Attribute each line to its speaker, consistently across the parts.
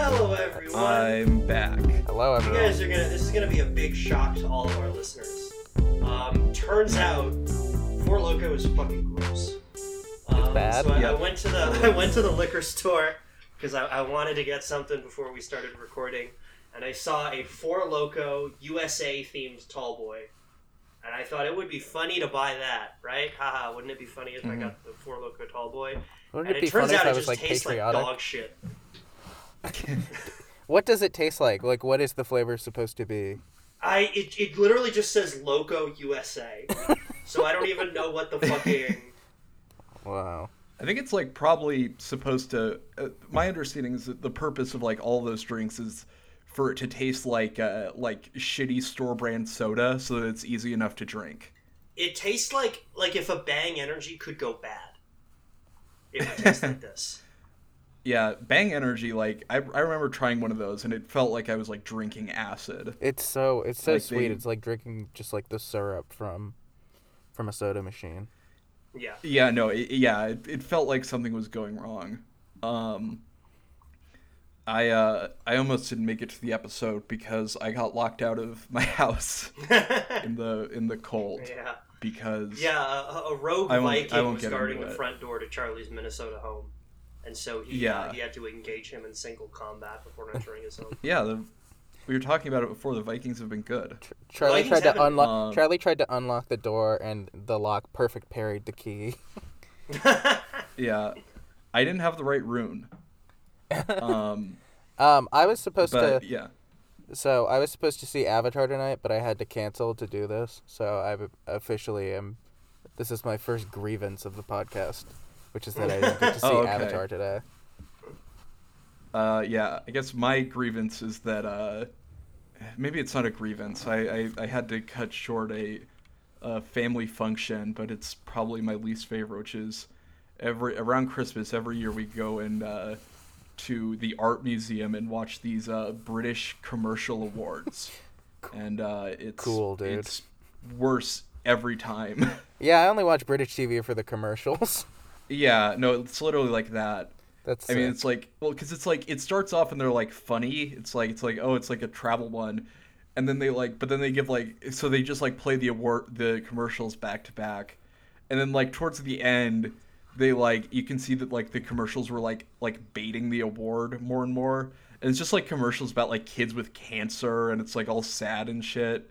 Speaker 1: everyone.
Speaker 2: I'm back.
Speaker 3: Hello,
Speaker 1: you
Speaker 3: everyone.
Speaker 1: guys are gonna. This is gonna be a big shock to all of our listeners. Um, turns out, Four Loco is fucking gross. Um,
Speaker 3: bad?
Speaker 1: So I,
Speaker 2: Yeah.
Speaker 1: I went to the I went to the liquor store because I, I wanted to get something before we started recording, and I saw a Four Loco USA themed tall boy, and I thought it would be funny to buy that, right? Haha, wouldn't it be funny if I got the Four Loco tall boy?
Speaker 3: Mm-hmm. Wouldn't
Speaker 1: And
Speaker 3: it
Speaker 1: it,
Speaker 3: be
Speaker 1: turns
Speaker 3: funny if
Speaker 1: out
Speaker 3: I
Speaker 1: it
Speaker 3: was
Speaker 1: just
Speaker 3: like
Speaker 1: tastes
Speaker 3: patriotic?
Speaker 1: like dog shit.
Speaker 3: what does it taste like? Like, what is the flavor supposed to be?
Speaker 1: I it, it literally just says Loco USA, so I don't even know what the fucking.
Speaker 3: Wow.
Speaker 2: I think it's like probably supposed to. Uh, my understanding is that the purpose of like all those drinks is for it to taste like uh, like shitty store brand soda, so that it's easy enough to drink.
Speaker 1: It tastes like like if a Bang Energy could go bad. It would taste like this.
Speaker 2: Yeah, Bang Energy. Like I, I remember trying one of those, and it felt like I was like drinking acid.
Speaker 3: It's so it's so
Speaker 2: Like
Speaker 3: sweet.
Speaker 2: the-
Speaker 3: It's like drinking just like the syrup from from a soda machine.
Speaker 1: Yeah.
Speaker 2: Yeah, no, it, yeah, it, it felt like something was going wrong. Um, I uh, I almost didn't make it to the episode because I got locked out of my house
Speaker 1: yeah.
Speaker 2: in the in the cold because
Speaker 1: Yeah. A, a rogue
Speaker 2: I won't-
Speaker 1: Viking
Speaker 2: I won't
Speaker 1: was
Speaker 2: get
Speaker 1: guarding
Speaker 2: into
Speaker 1: the
Speaker 2: it.
Speaker 1: front door to Charlie's Minnesota home, and so he
Speaker 2: Yeah.
Speaker 1: uh, he had to engage him in single combat before entering his home.
Speaker 2: yeah, the, we were talking about it before. The Vikings have been good.
Speaker 3: Charlie
Speaker 1: Vikings
Speaker 3: tried to
Speaker 1: haven't-
Speaker 3: unlock.
Speaker 2: Um,
Speaker 3: Charlie tried to unlock the door, and the lock perfect parried the key.
Speaker 2: Yeah, I didn't have the right rune. Um,
Speaker 3: Um, I was supposed
Speaker 2: but
Speaker 3: to.
Speaker 2: yeah,
Speaker 3: So I was supposed to see Avatar tonight, but I had to cancel to do this. So I officially am. This is my first grievance of the podcast, which is that I didn't get to see
Speaker 2: Oh, okay.
Speaker 3: Avatar today.
Speaker 2: uh, yeah. I guess my grievance is that uh, maybe it's not a grievance. I, I, I had to cut short a, a family function, but it's probably my least favorite, which is every around Christmas every year we go and uh, to the art museum and watch these uh, British commercial awards, and uh, it's
Speaker 3: Cool, dude.
Speaker 2: It's worse every time.
Speaker 3: Yeah, I only watch British TV for the commercials.
Speaker 2: yeah, no, it's literally like that.
Speaker 3: That's.
Speaker 2: I mean,
Speaker 3: uh,
Speaker 2: it's like well, because it's like it starts off and they're like funny. It's like it's like oh, it's like a travel one, and then they like, but then they give like so they just like play the award the commercials back to back, and then like towards the end, they like you can see that like the commercials were like like baiting the award more and more, and it's just like commercials about like kids with cancer and it's like all sad and shit,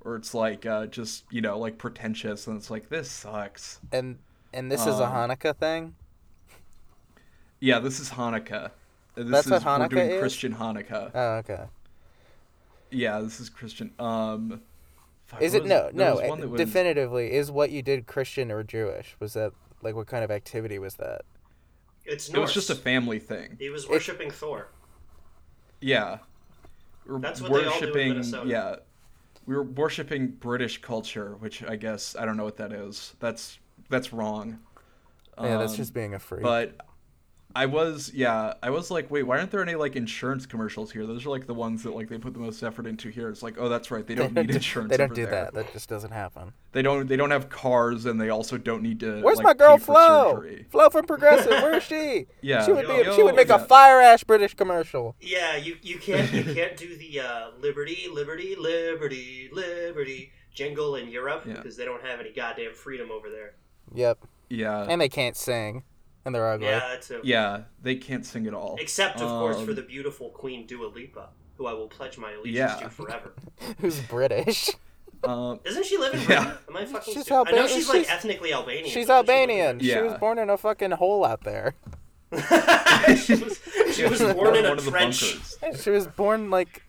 Speaker 2: or it's like uh, just you know like pretentious and it's like this sucks.
Speaker 3: and and this
Speaker 2: Um,
Speaker 3: is a Hanukkah thing.
Speaker 2: Yeah, this is Hanukkah. This
Speaker 3: That's
Speaker 2: is
Speaker 3: what
Speaker 2: we're
Speaker 3: Hanukkah
Speaker 2: doing
Speaker 3: is?
Speaker 2: Christian Hanukkah.
Speaker 3: Oh, okay.
Speaker 2: Yeah, this is Christian. Um, fuck,
Speaker 3: Is
Speaker 2: what
Speaker 3: it
Speaker 2: was
Speaker 3: no
Speaker 2: There
Speaker 3: no
Speaker 2: was
Speaker 3: uh,
Speaker 2: one that was-
Speaker 3: definitively is what you did Christian or Jewish? Was that like what kind of activity was that?
Speaker 1: It's
Speaker 2: It was
Speaker 1: Norse.
Speaker 2: just a family thing.
Speaker 1: He was worshiping Thor.
Speaker 2: Yeah, we're
Speaker 1: That's what they all do in
Speaker 2: worshiping.
Speaker 1: Minnesota.
Speaker 2: yeah, we were worshiping British culture, which I guess I don't know what that is. That's that's wrong.
Speaker 3: yeah, that's
Speaker 2: Um,
Speaker 3: just being a freak.
Speaker 2: But I was yeah, I was like, wait, why aren't there any like insurance commercials here? Those are like the ones that like they put the most effort into here. It's like, oh, that's right, they don't need insurance.
Speaker 3: they don't
Speaker 2: over
Speaker 3: do
Speaker 2: there.
Speaker 3: that. That just doesn't happen.
Speaker 2: They don't. They don't have cars, and they also don't need to.
Speaker 3: Where's
Speaker 2: like,
Speaker 3: my girl
Speaker 2: pay for
Speaker 3: Flo?
Speaker 2: surgery.
Speaker 3: Flo from Progressive. Where is she?
Speaker 2: Yeah.
Speaker 3: She would be.
Speaker 2: Yo,
Speaker 3: she would make
Speaker 2: yeah.
Speaker 3: a fire ash British commercial.
Speaker 1: Yeah, you, you can't you can't do the uh, liberty, liberty, liberty, liberty jingle in Europe
Speaker 2: Yeah.
Speaker 1: because they don't have any goddamn freedom over there.
Speaker 3: Yep.
Speaker 2: Yeah.
Speaker 3: And they can't sing, and they're ugly.
Speaker 1: Yeah, that's a,
Speaker 2: Yeah, they can't sing at all.
Speaker 1: Except of course for
Speaker 2: Um,
Speaker 1: the beautiful Queen Dua Lipa, who I will pledge my allegiance
Speaker 2: Yeah.
Speaker 1: to forever.
Speaker 3: Who's British?
Speaker 2: Um,
Speaker 1: Doesn't she live in
Speaker 2: Yeah.
Speaker 1: Britain? Am I fucking?
Speaker 3: She's
Speaker 1: stupid? I know
Speaker 3: Alban-
Speaker 1: she's like
Speaker 3: she's-
Speaker 1: ethnically Albanian.
Speaker 3: She's
Speaker 1: but does she live
Speaker 3: Albanian. She
Speaker 2: Yeah.
Speaker 3: was born in a fucking hole out there.
Speaker 1: in- she was, she was born in a
Speaker 2: um, one of the
Speaker 1: trench.
Speaker 2: bunkers.
Speaker 3: She was born like,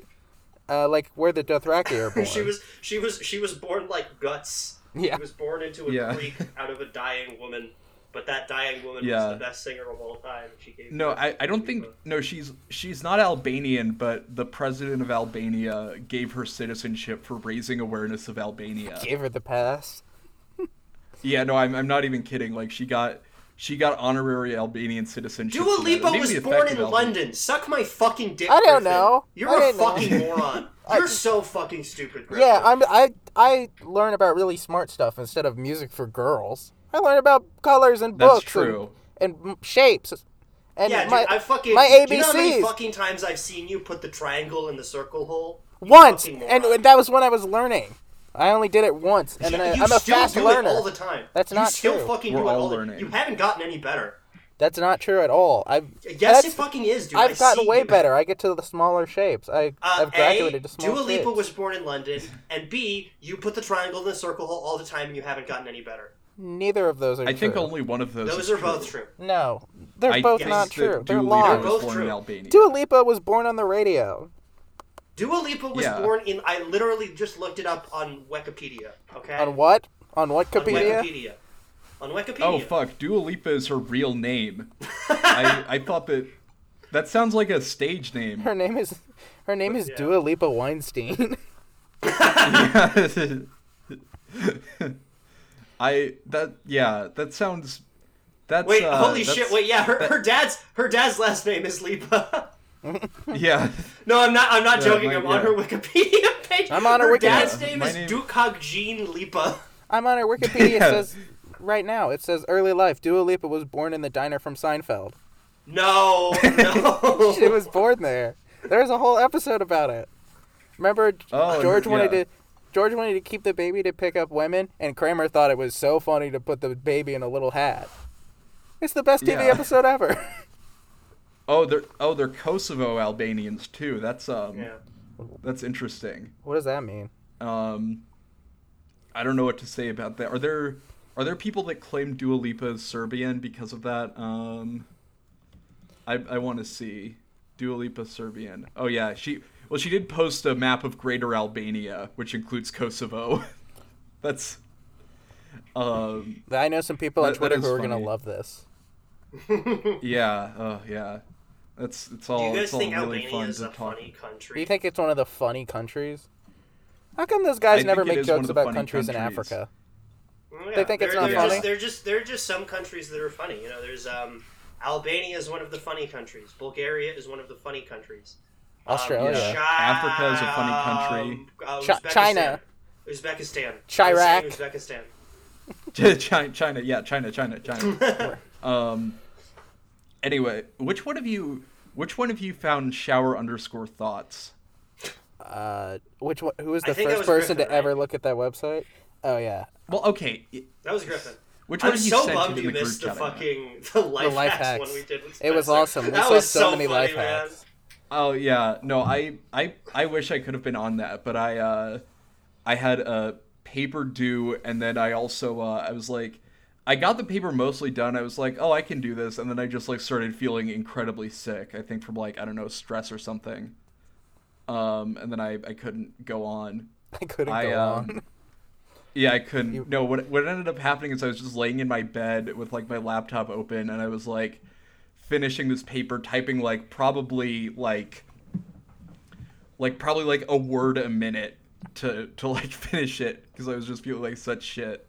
Speaker 3: uh, like where the Dothraki are born.
Speaker 1: She was she was she was born like guts.
Speaker 3: Yeah.
Speaker 1: She was born into a
Speaker 2: Yeah.
Speaker 1: creek out of a dying woman, but that dying woman
Speaker 2: Yeah.
Speaker 1: was the best singer of all time. She gave
Speaker 2: No,
Speaker 1: birth
Speaker 2: I,
Speaker 1: to
Speaker 2: I don't
Speaker 1: Dua
Speaker 2: think
Speaker 1: Lipa.
Speaker 2: no. She's she's not Albanian, but the president of Albania gave her citizenship for raising awareness of Albania.
Speaker 3: Gave her the pass.
Speaker 2: Yeah, no, I'm, I'm not even kidding. Like she got she got honorary Albanian citizenship.
Speaker 1: Dua
Speaker 2: for that.
Speaker 1: Lipa
Speaker 2: Maybe
Speaker 1: was
Speaker 2: the
Speaker 1: born
Speaker 2: effect
Speaker 1: in
Speaker 2: of Alban-
Speaker 1: London. Suck my fucking dick.
Speaker 3: I don't
Speaker 1: Griffin.
Speaker 3: know.
Speaker 1: You're
Speaker 3: I
Speaker 1: a
Speaker 3: didn't know.
Speaker 1: fucking moron. You're so fucking stupid, Griffin.
Speaker 3: Yeah, I'm. I I learn about really smart stuff instead of music for girls. I learn about colors and
Speaker 2: That's
Speaker 3: books. and-
Speaker 2: true.
Speaker 3: And, m shapes, And
Speaker 1: yeah, dude,
Speaker 3: my,
Speaker 1: I fucking.
Speaker 3: my
Speaker 1: Do you know how many
Speaker 3: ABCs.
Speaker 1: fucking times I've seen you put the triangle in the circle hole? You
Speaker 3: once,
Speaker 1: fucking
Speaker 3: and
Speaker 1: moron.
Speaker 3: that was when I was learning. I only did it once, and then I,
Speaker 1: you
Speaker 3: I'm a
Speaker 1: still
Speaker 3: fast
Speaker 1: do
Speaker 3: learner.
Speaker 1: it all the time.
Speaker 3: That's
Speaker 1: you
Speaker 3: not
Speaker 1: still
Speaker 3: true.
Speaker 1: fucking
Speaker 2: We're
Speaker 1: do it
Speaker 2: all
Speaker 1: all the-
Speaker 2: learning.
Speaker 1: You haven't gotten any better.
Speaker 3: That's not true at all. I've
Speaker 1: Yes, it
Speaker 3: that's-
Speaker 1: fucking is, dude. I
Speaker 3: I've gotten
Speaker 1: see
Speaker 3: way
Speaker 1: you.
Speaker 3: better. I get to the smaller shapes. I
Speaker 1: Uh,
Speaker 3: I've graduated
Speaker 1: a,
Speaker 3: to smaller
Speaker 1: Dua Lipa
Speaker 3: shapes.
Speaker 1: was born in London, and B, you put the triangle in the circle hole all the time, and you haven't gotten any better.
Speaker 3: Neither of those are
Speaker 2: I think
Speaker 3: true.
Speaker 2: only one of those.
Speaker 1: Those
Speaker 2: is
Speaker 1: are
Speaker 2: true.
Speaker 1: both true.
Speaker 3: no, they're
Speaker 2: I
Speaker 3: both
Speaker 2: think
Speaker 3: not
Speaker 2: that
Speaker 3: true. They're
Speaker 2: Dua Lipa
Speaker 3: lies.
Speaker 1: They're both
Speaker 2: was born
Speaker 1: true.
Speaker 2: in Albania.
Speaker 3: Dua Lipa was born on the radio.
Speaker 1: Dua Lipa was
Speaker 2: Yeah.
Speaker 1: born in. I literally just looked it up on Wikipedia. Okay.
Speaker 3: On what? On what
Speaker 1: On
Speaker 3: Wikipedia?
Speaker 1: Wikipedia. On Wikipedia.
Speaker 2: Oh fuck, Dua Lipa is her real name. I, I thought that that sounds like a stage name.
Speaker 3: Her name is her name is
Speaker 1: Yeah.
Speaker 3: Dua Lipa Weinstein.
Speaker 2: I that yeah, that sounds that's
Speaker 1: Wait,
Speaker 2: uh,
Speaker 1: holy
Speaker 2: that's-
Speaker 1: shit! Wait, yeah, her, her dad's her dad's last name is Lipa.
Speaker 2: Yeah.
Speaker 1: No, I'm not. I'm not
Speaker 2: Yeah,
Speaker 1: joking.
Speaker 2: my-
Speaker 1: I'm on
Speaker 2: yeah.
Speaker 1: her Wikipedia page.
Speaker 3: I'm on her
Speaker 1: her
Speaker 3: Wikipedia.
Speaker 1: dad's
Speaker 2: Yeah,
Speaker 1: name
Speaker 2: my
Speaker 1: is
Speaker 2: name-
Speaker 1: Dukag Jean Lipa.
Speaker 3: I'm on her Wikipedia. It
Speaker 2: Yeah.
Speaker 3: says right now. It says early life. Dua Lipa was born in the diner from Seinfeld.
Speaker 1: No,
Speaker 2: Oh.
Speaker 1: no.
Speaker 3: She was born there. There's a whole episode about it. Remember,
Speaker 2: Oh,
Speaker 3: George wanted
Speaker 2: yeah.
Speaker 3: to. George wanted to keep the baby to pick up women, and Kramer thought it was so funny to put the baby in a little hat. It's the best TV
Speaker 2: Yeah.
Speaker 3: episode ever.
Speaker 2: Oh, they're oh they're Kosovo Albanians too. That's um
Speaker 1: yeah.
Speaker 2: that's interesting.
Speaker 3: what does that mean?
Speaker 2: Um, I don't know what to say about that. Are there are there people that claim Dua Lipa is Serbian because of that? Um, I I want to see Dua Lipa Serbian. Oh yeah, she well she did post a map of Greater Albania, which includes Kosovo. That's um
Speaker 3: I know some people on
Speaker 2: That- that
Speaker 3: Twitter
Speaker 2: is
Speaker 3: who are gonna
Speaker 2: funny.
Speaker 3: love this.
Speaker 2: yeah oh yeah that's it's
Speaker 1: Do
Speaker 2: all
Speaker 1: you guys
Speaker 2: it's all
Speaker 1: think
Speaker 2: really
Speaker 1: Albania
Speaker 2: fun
Speaker 1: is
Speaker 2: to
Speaker 1: a
Speaker 2: talk.
Speaker 1: funny country?
Speaker 3: Do you think it's one of the funny countries? How come those guys
Speaker 2: I
Speaker 3: never
Speaker 2: think it
Speaker 3: make
Speaker 2: is one of
Speaker 3: jokes
Speaker 2: the
Speaker 3: about
Speaker 2: funny
Speaker 3: countries, in
Speaker 2: countries.
Speaker 3: Africa?
Speaker 1: Yeah,
Speaker 3: They think it's
Speaker 1: there-
Speaker 3: not
Speaker 1: there
Speaker 3: funny?
Speaker 1: Just, there are just there are just some countries that are funny. You know, there's um, Albania is one of the funny countries. Bulgaria is one of the funny countries. Um,
Speaker 3: Australia,
Speaker 2: yeah. Africa is a funny
Speaker 1: um, uh,
Speaker 3: Chi-
Speaker 1: Uzbekistan.
Speaker 3: China.
Speaker 1: Uzbekistan.
Speaker 3: Chirac.
Speaker 1: I was saying Uzbekistan.
Speaker 2: China, China, yeah, China, China, China. um. Anyway, which one of you, which one of you found shower underscore thoughts?
Speaker 3: Uh, which one, who was the
Speaker 1: think that
Speaker 3: first
Speaker 1: was
Speaker 3: person
Speaker 1: Griffin,
Speaker 3: to ever
Speaker 1: right?
Speaker 3: look at that website? Oh yeah,
Speaker 2: Well, okay, i-
Speaker 1: That was Griffin.
Speaker 2: which one
Speaker 1: I'm
Speaker 2: of you
Speaker 1: so
Speaker 2: sent
Speaker 1: bummed
Speaker 2: it in
Speaker 1: you
Speaker 2: the
Speaker 1: missed the
Speaker 2: group chat? I had?
Speaker 1: fucking the life,
Speaker 3: the life
Speaker 1: hacks,
Speaker 3: hacks.
Speaker 1: one we did. With
Speaker 3: it was
Speaker 1: Spencer.
Speaker 3: awesome. We
Speaker 1: that
Speaker 3: saw
Speaker 1: was
Speaker 3: so,
Speaker 1: funny,
Speaker 3: many life
Speaker 1: man.
Speaker 3: hacks.
Speaker 2: Oh yeah, no, I, I, I wish I could have been on that, but I, uh, I had a paper due, and then I also, uh, I was like, I got the paper mostly done. I was like, oh, I can do this, and then I just like started feeling incredibly sick. I think from like I don't know stress or something. Um, and then I, I couldn't go on.
Speaker 3: I couldn't
Speaker 2: I,
Speaker 3: go
Speaker 2: um,
Speaker 3: on.
Speaker 2: Yeah, I couldn't. No, what what ended up happening is I was just laying in my bed with like my laptop open, and I was like finishing this paper, typing like probably like like probably like a word a minute to to like finish it because I was just feeling like such shit.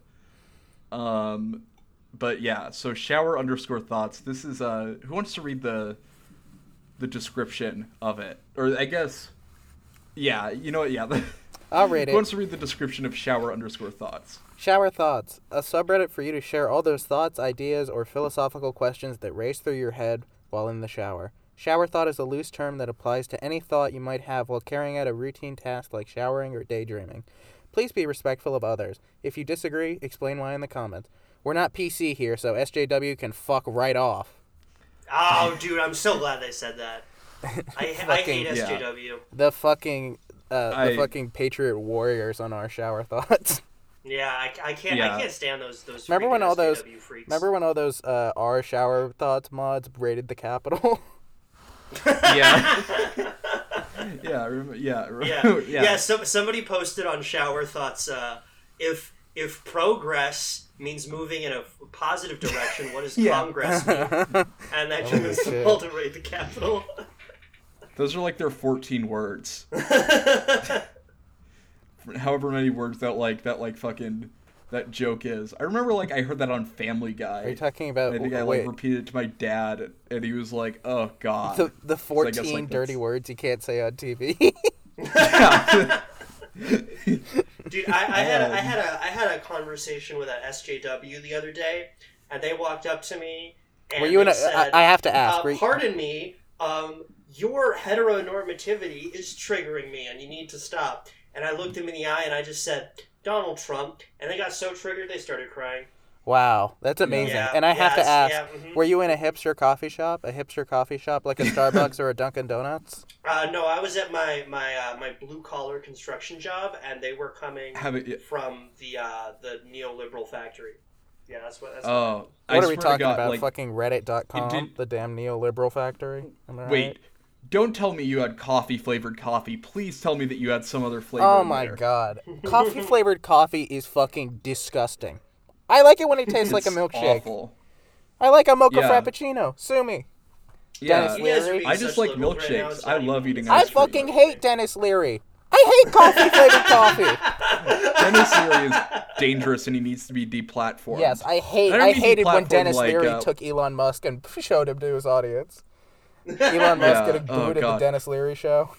Speaker 2: Um, but yeah, so shower underscore thoughts. This is uh, who wants to read the the description of it, or I guess, yeah, you know what, yeah.
Speaker 3: I'll read
Speaker 2: Who wants
Speaker 3: it.
Speaker 2: to read the description of shower underscore thoughts?
Speaker 3: Shower thoughts, a subreddit for you to share all those thoughts, ideas, or philosophical questions that race through your head while in the shower. Shower thought is a loose term that applies to any thought you might have while carrying out a routine task like showering or daydreaming. Please be respectful of others. If you disagree, explain why in the comments. We're not PC here, so SJW can fuck right off.
Speaker 1: Oh, dude, I'm so glad they said that. I, I hate
Speaker 3: Fucking-
Speaker 2: Yeah.
Speaker 1: SJW.
Speaker 3: the fucking uh, the
Speaker 2: I-
Speaker 3: fucking patriot warriors on our shower thoughts.
Speaker 1: Yeah, I, I can't.
Speaker 2: Yeah.
Speaker 1: I can't stand those. Those.
Speaker 3: Remember when
Speaker 1: freaking
Speaker 3: all those-
Speaker 1: SJW freaks.
Speaker 3: Remember when all those uh, our shower thoughts mods raided the Capitol?
Speaker 2: Yeah. yeah, I remember, yeah, I
Speaker 1: Yeah.
Speaker 2: remember-
Speaker 1: yeah. Some, somebody posted on Shower Thoughts. Uh, if if progress means moving in a positive direction, what does
Speaker 2: Yeah.
Speaker 1: Congress mean? And that
Speaker 3: Holy
Speaker 1: convinced them
Speaker 3: shit.
Speaker 1: all to raid the Capitol.
Speaker 2: Those are like their 14 words. However many words that like that like fucking that joke is. I remember like I heard that on Family Guy.
Speaker 3: Are you talking about
Speaker 2: I think I like
Speaker 3: Oh, wait,
Speaker 2: repeated it to my dad and he was like, "Oh god."
Speaker 3: the the
Speaker 2: So I guess, like,
Speaker 3: fourteen dirty
Speaker 2: that's-
Speaker 3: words you can't say on TV?
Speaker 1: Dude, I, I had a, I had a I had a conversation with an SJW the other day, and they walked up to me And
Speaker 3: Were you in
Speaker 1: they
Speaker 3: a?
Speaker 1: said,
Speaker 3: I I have to ask.
Speaker 1: uh,
Speaker 3: were you-
Speaker 1: pardon me, um, your heteronormativity is triggering me and you need to stop. And I looked him in the eye and I just said, Donald Trump. And they got so triggered they started crying.
Speaker 3: wow, that's amazing.
Speaker 1: Yeah,
Speaker 3: and I have to
Speaker 1: yes,
Speaker 3: ask.
Speaker 1: yeah, mhm.
Speaker 3: Were you in a hipster coffee shop? A hipster coffee shop like a Starbucks or a Dunkin' Donuts?
Speaker 1: Uh, no, I was at my my uh, my blue collar construction job, and they were coming
Speaker 2: Haven't yet.
Speaker 1: from the uh, the neoliberal factory. Yeah, that's what. That's what
Speaker 2: Oh, I
Speaker 3: What are
Speaker 2: swear
Speaker 3: we
Speaker 2: to
Speaker 3: talking
Speaker 2: God,
Speaker 3: about?
Speaker 2: like,
Speaker 3: Fucking Reddit.com,
Speaker 2: did-
Speaker 3: the damn neoliberal factory. Am I
Speaker 2: Wait,
Speaker 3: right?
Speaker 2: don't tell me you had coffee flavored coffee. Please tell me that you had some other flavor.
Speaker 3: Oh
Speaker 2: in
Speaker 3: my
Speaker 2: there.
Speaker 3: god. Coffee flavored coffee is fucking disgusting. I like it when it tastes like a
Speaker 2: It's
Speaker 3: milkshake.
Speaker 2: Awful.
Speaker 3: I like a mocha
Speaker 2: Yeah.
Speaker 3: frappuccino. Sue me.
Speaker 2: Yeah,
Speaker 3: Dennis,
Speaker 1: You guys are
Speaker 3: Leary?
Speaker 1: being
Speaker 2: I just
Speaker 1: such
Speaker 2: like
Speaker 1: liberals right now,
Speaker 2: milkshakes.
Speaker 1: it's
Speaker 2: I
Speaker 1: not
Speaker 2: love
Speaker 1: even-
Speaker 2: eating
Speaker 3: I
Speaker 2: ice cream.
Speaker 3: fucking hate Dennis Leary. I hate coffee flavored coffee.
Speaker 2: Dennis Leary is dangerous and he needs to be deplatformed.
Speaker 3: Yes, I hate.
Speaker 2: I don't
Speaker 3: I,
Speaker 2: mean he
Speaker 3: hated when
Speaker 2: platformed
Speaker 3: Dennis
Speaker 2: like,
Speaker 3: Leary
Speaker 2: uh,
Speaker 3: took Elon Musk and showed him to his audience. Elon Musk
Speaker 2: Yeah,
Speaker 3: getting booed
Speaker 2: oh
Speaker 3: at the
Speaker 2: God.
Speaker 3: Dennis Leary show.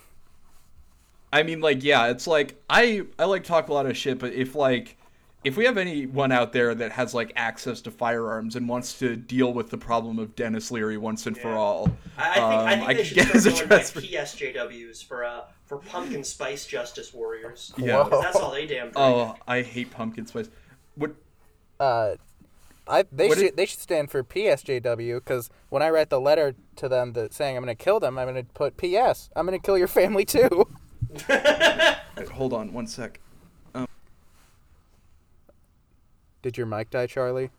Speaker 2: I mean, like, yeah, it's like I I like talk a lot of shit, but if like if we have anyone out there that has like access to firearms and wants to deal with the problem of Dennis Leary once and for
Speaker 1: Yeah.
Speaker 2: all,
Speaker 1: I, I think I
Speaker 2: um,
Speaker 1: think they
Speaker 2: could
Speaker 1: should
Speaker 2: get his
Speaker 1: start going back
Speaker 2: address. for-
Speaker 1: PSJWs for uh for pumpkin spice justice warriors.
Speaker 2: Yeah.
Speaker 1: 'Cause That's all they damn. Drink.
Speaker 2: Oh, I hate pumpkin spice. What?
Speaker 3: Uh, I they
Speaker 2: What
Speaker 3: should
Speaker 2: did-
Speaker 3: they should stand for PSJW because when I write the letter to them that saying I'm gonna kill them, I'm gonna put PS. I'm gonna kill your family too.
Speaker 2: Hold on, one sec.
Speaker 3: Did your mic die, Charlie?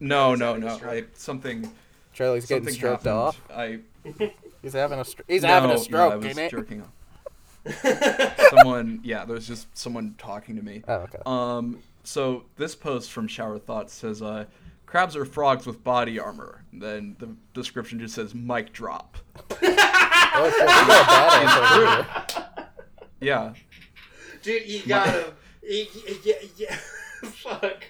Speaker 2: No, no, no. I, something
Speaker 3: Charlie's getting
Speaker 2: something
Speaker 3: stripped
Speaker 2: happened.
Speaker 3: off.
Speaker 2: I
Speaker 3: He's having a str- he's
Speaker 2: no,
Speaker 3: having a
Speaker 2: yeah, I
Speaker 3: stroke,
Speaker 2: was
Speaker 3: ain't it?
Speaker 2: jerking off. someone, yeah, there was just someone talking to me.
Speaker 3: Oh, okay.
Speaker 2: Um, so this post from Shower Thoughts says, uh, "Crabs are frogs with body armor." Then the description just says, "Mic drop."
Speaker 3: oh shit, we got a badass over here.
Speaker 2: Yeah,
Speaker 1: Dude, you gotta. y- y- y- y- Fuck.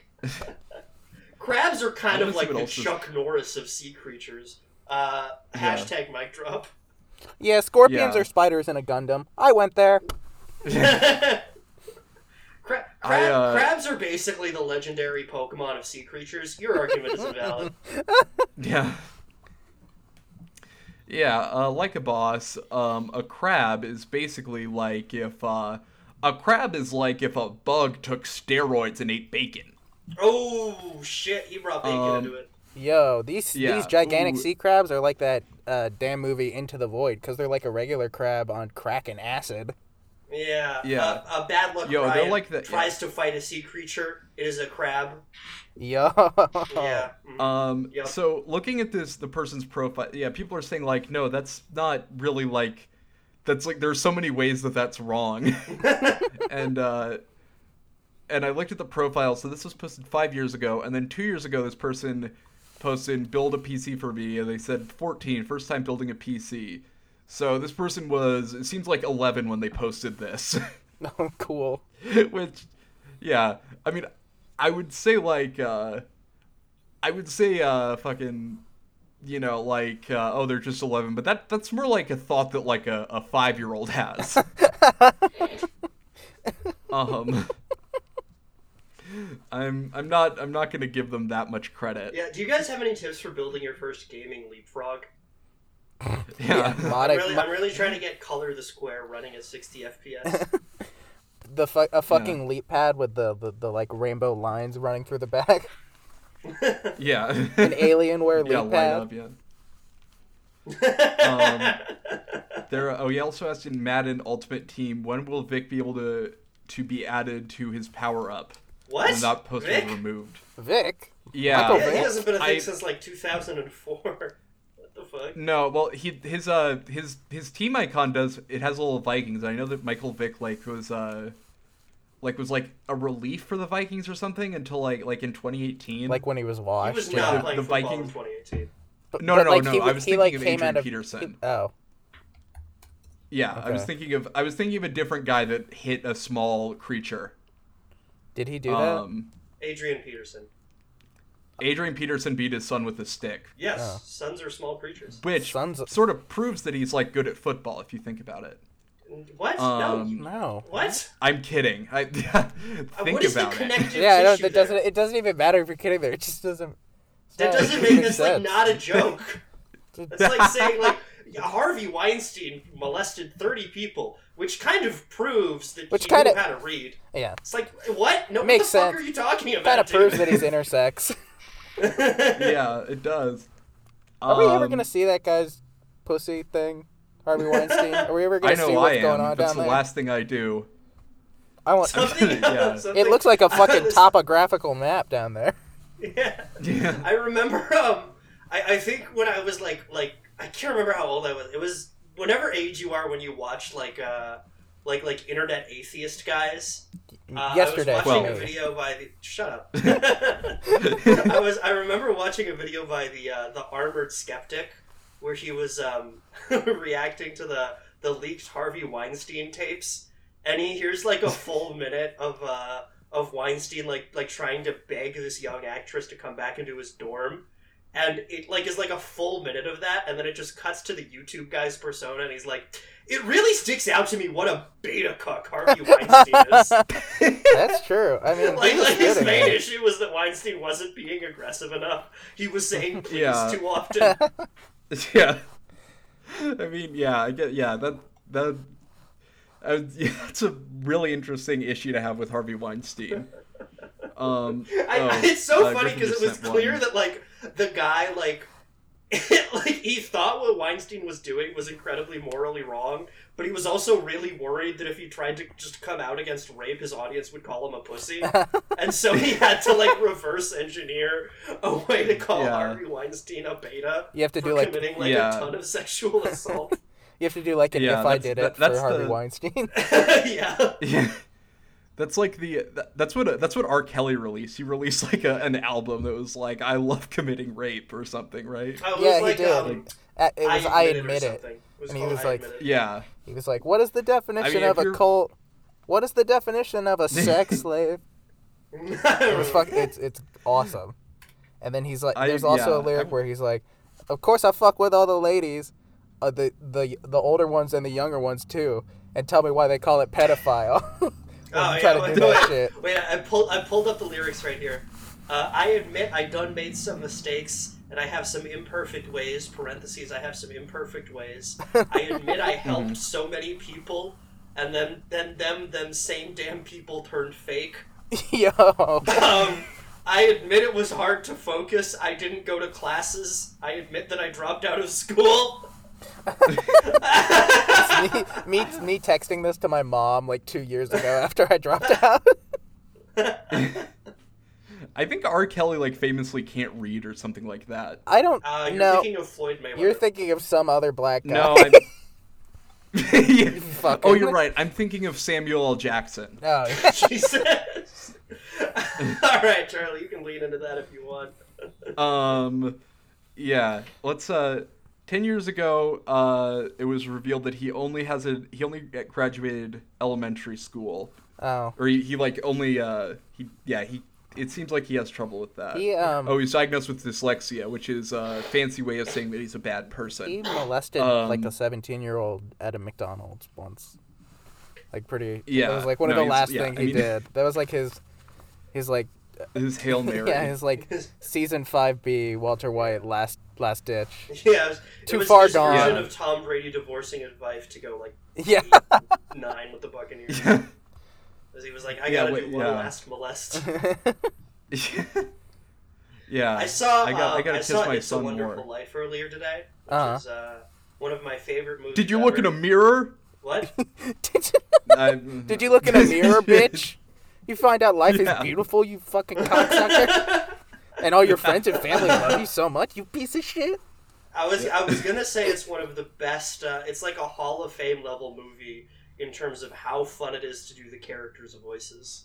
Speaker 1: Crabs are kind
Speaker 2: I wanna
Speaker 1: of
Speaker 2: see
Speaker 1: like
Speaker 2: what
Speaker 1: the
Speaker 2: else is-
Speaker 1: Chuck Norris of sea creatures. Uh,
Speaker 2: Yeah.
Speaker 1: hashtag mic drop.
Speaker 3: Yeah, scorpions
Speaker 2: Yeah.
Speaker 3: are spiders in a Gundam. I went there.
Speaker 1: Cra- crab,
Speaker 2: I, uh,
Speaker 1: Crabs are basically the legendary Pokemon of sea creatures. Your argument is invalid.
Speaker 2: yeah, yeah. Uh, like a boss, um, a crab is basically like if uh, a crab is like if a bug took steroids and ate bacon.
Speaker 1: Oh shit! He brought bacon
Speaker 2: Um,
Speaker 1: into it.
Speaker 3: Yo, these
Speaker 2: Yeah,
Speaker 3: these gigantic
Speaker 2: ooh.
Speaker 3: sea crabs are like that uh, damn movie Into the Void because they're like a regular crab on crack and acid.
Speaker 1: Yeah.
Speaker 2: yeah.
Speaker 1: A, a bad luck.
Speaker 2: Yo, they're
Speaker 1: Ryan
Speaker 2: like the-
Speaker 1: tries to fight a sea creature. It is a crab.
Speaker 3: Yo.
Speaker 2: Oh.
Speaker 1: Yeah. mhm.
Speaker 2: Um,
Speaker 1: Yep.
Speaker 2: So looking at this, the person's profile, yeah, people are saying like, no, that's not really like, that's like, there's so many ways that that's wrong, and uh, and I looked at the profile. So this was posted five years ago, and then two years ago, this person posted build a PC for me, and they said 14, first time building a PC. So this person was, it seems like 11 when they posted this.
Speaker 3: cool.
Speaker 2: which yeah i mean i would say like uh i would say uh fucking you know like uh, oh they're just 11 but that that's more like a thought that like a, a five year old has um i'm i'm not i'm not gonna give them that much credit
Speaker 1: Yeah, do you guys have any tips for building your first gaming leapfrog?
Speaker 2: yeah,
Speaker 3: Mod-
Speaker 1: I'm really,
Speaker 3: mo-
Speaker 1: I'm really trying to get Color the Square running at 60 FPS.
Speaker 3: the fu- a fucking leap pad with the, the, the like rainbow lines running through the back.
Speaker 2: yeah.
Speaker 3: An Alienware
Speaker 2: yeah, light
Speaker 3: leap pad.
Speaker 2: up, yeah. um, there. Are, oh, he also asked in Madden Ultimate Team, when will Vic be able to to be added to his power up?
Speaker 1: What?
Speaker 2: When that post
Speaker 1: Vic?
Speaker 2: was removed.
Speaker 3: Vic.
Speaker 2: Yeah.
Speaker 3: Michael
Speaker 1: Yeah, he
Speaker 3: Vic?
Speaker 1: hasn't been a thing
Speaker 2: I-
Speaker 1: since like 2004. what the fuck?
Speaker 2: No, well, he his uh his his team icon does it has a little Vikings. I know that Michael Vick like was uh like was like a relief for the Vikings or something until like like in 2018.
Speaker 3: Like when he was
Speaker 1: He
Speaker 3: washed.
Speaker 1: was
Speaker 2: like
Speaker 1: not
Speaker 2: the-
Speaker 1: playing
Speaker 2: the
Speaker 1: football
Speaker 2: Vikings-
Speaker 1: in 2018.
Speaker 3: But-
Speaker 2: No,
Speaker 3: but,
Speaker 2: no,
Speaker 3: like,
Speaker 2: no,
Speaker 3: he
Speaker 2: I
Speaker 3: w-
Speaker 2: was
Speaker 3: he,
Speaker 2: thinking
Speaker 3: like,
Speaker 2: of
Speaker 3: came
Speaker 2: Adrian
Speaker 3: out of,
Speaker 2: Peterson.
Speaker 3: he- oh.
Speaker 2: yeah, I was
Speaker 3: okay.
Speaker 2: thinking of I was thinking of a different guy that hit a small creature.
Speaker 3: Did he do
Speaker 2: Um,
Speaker 1: Adrian Peterson.
Speaker 2: Adrian Peterson beat his son with a stick,
Speaker 1: Yes,
Speaker 3: Oh.
Speaker 1: sons are small creatures.
Speaker 2: which
Speaker 3: Sons-
Speaker 2: sort of proves that he's like good at football if you think about it.
Speaker 1: What? no.
Speaker 2: Um,
Speaker 3: that? No.
Speaker 1: What?
Speaker 2: I'm kidding. I think
Speaker 1: Uh, what is the
Speaker 2: about it.
Speaker 1: connective
Speaker 3: Yeah, I don't-
Speaker 1: tissue
Speaker 3: it doesn't.
Speaker 1: there?
Speaker 3: It doesn't even matter if you're kidding there. It just doesn't.
Speaker 1: That
Speaker 3: No,
Speaker 1: doesn't
Speaker 3: it
Speaker 1: make
Speaker 3: makes
Speaker 1: that's like
Speaker 3: sense.
Speaker 1: not a joke. That's like saying like Harvey Weinstein molested thirty people, which kind of proves that
Speaker 3: Which
Speaker 1: he
Speaker 3: kinda-
Speaker 1: knew how to read.
Speaker 3: Yeah,
Speaker 1: It's like what? No,
Speaker 3: Makes
Speaker 1: what the fuck
Speaker 3: sense.
Speaker 1: are you talking about?
Speaker 3: kind of
Speaker 1: dude?
Speaker 3: proves that he's intersex.
Speaker 2: yeah, it does.
Speaker 3: Are we ever
Speaker 2: Um,
Speaker 3: gonna see that guy's pussy thing, Harvey Weinstein? Are we ever gonna
Speaker 2: I know
Speaker 3: see
Speaker 2: I
Speaker 3: what's
Speaker 2: am.
Speaker 3: going on
Speaker 2: That's
Speaker 3: down
Speaker 2: the
Speaker 3: there?
Speaker 2: last thing I do.
Speaker 3: I want.
Speaker 1: something,
Speaker 2: Yeah.
Speaker 1: something-
Speaker 3: It looks like a fucking
Speaker 1: This-
Speaker 3: topographical map down there.
Speaker 1: Yeah.
Speaker 2: Yeah.
Speaker 1: I remember um I, I think when I was like like I can't remember how old I was. It was whatever age you are when you watch like uh like like internet atheist guys. Uh,
Speaker 3: Yesterday,
Speaker 1: I was watching
Speaker 3: maybe.
Speaker 1: a video by the shut up. I was I remember watching a video by the uh, the armored skeptic where he was um, reacting to the the leaked Harvey Weinstein tapes, and he hears like a full minute of uh, of Weinstein like like trying to beg this young actress to come back into his dorm. And it like is like a full minute of that, and then it just cuts to the YouTube guy's persona, and he's like, "It really sticks out to me what a beta cuck Harvey Weinstein is."
Speaker 3: That's true. I mean,
Speaker 1: like,
Speaker 3: he was
Speaker 1: like his
Speaker 3: good in
Speaker 1: main
Speaker 3: it.
Speaker 1: issue was that Weinstein wasn't being aggressive enough. He was saying please
Speaker 2: Yeah.
Speaker 1: too often.
Speaker 2: yeah. I mean, yeah, I get, yeah, that, that, I would- yeah, that's a really interesting issue to have with Harvey Weinstein. Um,
Speaker 1: I,
Speaker 2: oh,
Speaker 1: I- it's so
Speaker 2: uh,
Speaker 1: funny
Speaker 2: Griffin
Speaker 1: because it
Speaker 2: just
Speaker 1: was
Speaker 2: sent
Speaker 1: clear
Speaker 2: one.
Speaker 1: that like the guy like like he thought what Weinstein was doing was incredibly morally wrong, but he was also really worried that if he tried to just come out against rape, his audience would call him a pussy, and so he had to like reverse engineer a way to call
Speaker 2: Yeah.
Speaker 1: Harvey Weinstein a beta.
Speaker 3: You have to
Speaker 1: for
Speaker 3: do, like-
Speaker 1: committing like
Speaker 2: Yeah.
Speaker 1: a ton of sexual assault.
Speaker 3: You have to do like an
Speaker 2: Yeah,
Speaker 3: if I
Speaker 2: that's-
Speaker 3: did
Speaker 2: that-
Speaker 3: it
Speaker 2: that's
Speaker 3: for Harvey
Speaker 2: the-
Speaker 3: Weinstein.
Speaker 1: yeah.
Speaker 2: Yeah. That's like the that- that's what that's what R. Kelly released. He released like a, an album that was like "I love committing rape" or something, right?
Speaker 1: I was
Speaker 3: yeah,
Speaker 1: like,
Speaker 3: he did.
Speaker 1: Um,
Speaker 3: Uh, it was I admit
Speaker 1: or
Speaker 3: it.
Speaker 1: something. was
Speaker 3: And he
Speaker 1: called
Speaker 3: was
Speaker 1: I
Speaker 3: like-
Speaker 1: Admit It.
Speaker 2: Yeah,
Speaker 3: He was like, "What is the definition
Speaker 2: if
Speaker 3: of a
Speaker 2: you're-
Speaker 3: cult? What is the definition of a sex slave?" It was fuck. It's it's awesome. And then he's like,
Speaker 2: I-
Speaker 3: there's also a
Speaker 2: yeah,
Speaker 3: lyric
Speaker 2: I-
Speaker 3: where he's like, "Of course I fuck with all the ladies, uh, the the the older ones and the younger ones too, and tell me why they call it pedophile." When
Speaker 1: Oh,
Speaker 3: you try to
Speaker 1: wait,
Speaker 3: do that
Speaker 1: wait,
Speaker 3: shit.
Speaker 1: Wait, I pulled I pulled up the lyrics right here. Uh, I admit I done made some mistakes and I have some imperfect ways. Parentheses, I have some imperfect ways. I admit I
Speaker 3: Mm-hmm.
Speaker 1: helped so many people, and then then them them same damn people turned fake.
Speaker 3: Yo,
Speaker 1: Um, I admit it was hard to focus. I didn't go to classes. I admit that I dropped out of school.
Speaker 3: me, me me texting this to my mom like two years ago after I dropped out.
Speaker 2: I think R. Kelly like famously can't read or something like that.
Speaker 3: I don't
Speaker 1: Uh, you're
Speaker 3: know.
Speaker 1: thinking of Floyd Mayweather.
Speaker 3: You're thinking of some other black guy.
Speaker 2: No, I'm... Yeah.
Speaker 3: fucker.
Speaker 2: oh, you're right. I'm thinking of Samuel L. Jackson.
Speaker 3: No.
Speaker 1: Jesus. All right, Charlie, you can lean into that if you want.
Speaker 2: Um, yeah. Let's. Uh, ten years ago, uh, it was revealed that he only has a he only graduated elementary school,
Speaker 3: Oh.
Speaker 2: or he, he like only uh he yeah he it seems like he has trouble with that.
Speaker 3: He um
Speaker 2: Oh, he's diagnosed with dyslexia, which is a fancy way of saying that he's a bad person.
Speaker 3: he molested
Speaker 2: um,
Speaker 3: like a 17 year old at a McDonald's once. Like pretty.
Speaker 2: Yeah,
Speaker 3: That was like one
Speaker 2: no,
Speaker 3: of the
Speaker 2: he's-
Speaker 3: last
Speaker 2: yeah,
Speaker 3: things
Speaker 2: I
Speaker 3: he
Speaker 2: mean-
Speaker 3: did. That was like his, his like
Speaker 2: His hail mary.
Speaker 3: yeah his like season five B Walter White last last ditch.
Speaker 1: Yeah, it was, it
Speaker 3: Too
Speaker 1: was
Speaker 3: far
Speaker 1: his
Speaker 3: gone.
Speaker 1: version
Speaker 2: Yeah.
Speaker 1: of Tom Brady divorcing his wife to go like
Speaker 3: Yeah.
Speaker 1: eight, nine with the Buccaneers. Because he was like, I
Speaker 2: Yeah,
Speaker 1: gotta
Speaker 2: wait,
Speaker 1: do one
Speaker 2: yeah.
Speaker 1: last molest.
Speaker 2: yeah.
Speaker 1: I saw.
Speaker 2: I got.
Speaker 1: um,
Speaker 2: I gotta kiss
Speaker 1: saw
Speaker 2: my
Speaker 1: It's a
Speaker 2: son
Speaker 1: Wonderful
Speaker 2: more.
Speaker 1: Life earlier today, which
Speaker 3: Uh-huh.
Speaker 1: is uh, one of my favorite movies.
Speaker 2: Did you look in
Speaker 1: ever.
Speaker 2: a mirror?
Speaker 1: What?
Speaker 3: did, you,
Speaker 2: I-
Speaker 3: did you look in a mirror, bitch? You find out life
Speaker 2: Yeah.
Speaker 3: is beautiful, you fucking cocksucker. and all your friends and family love you so much, you piece of shit.
Speaker 1: I was I was gonna say it's one of the best. Uh, it's like a Hall of Fame level movie in terms of how fun it is to do the characters' voices.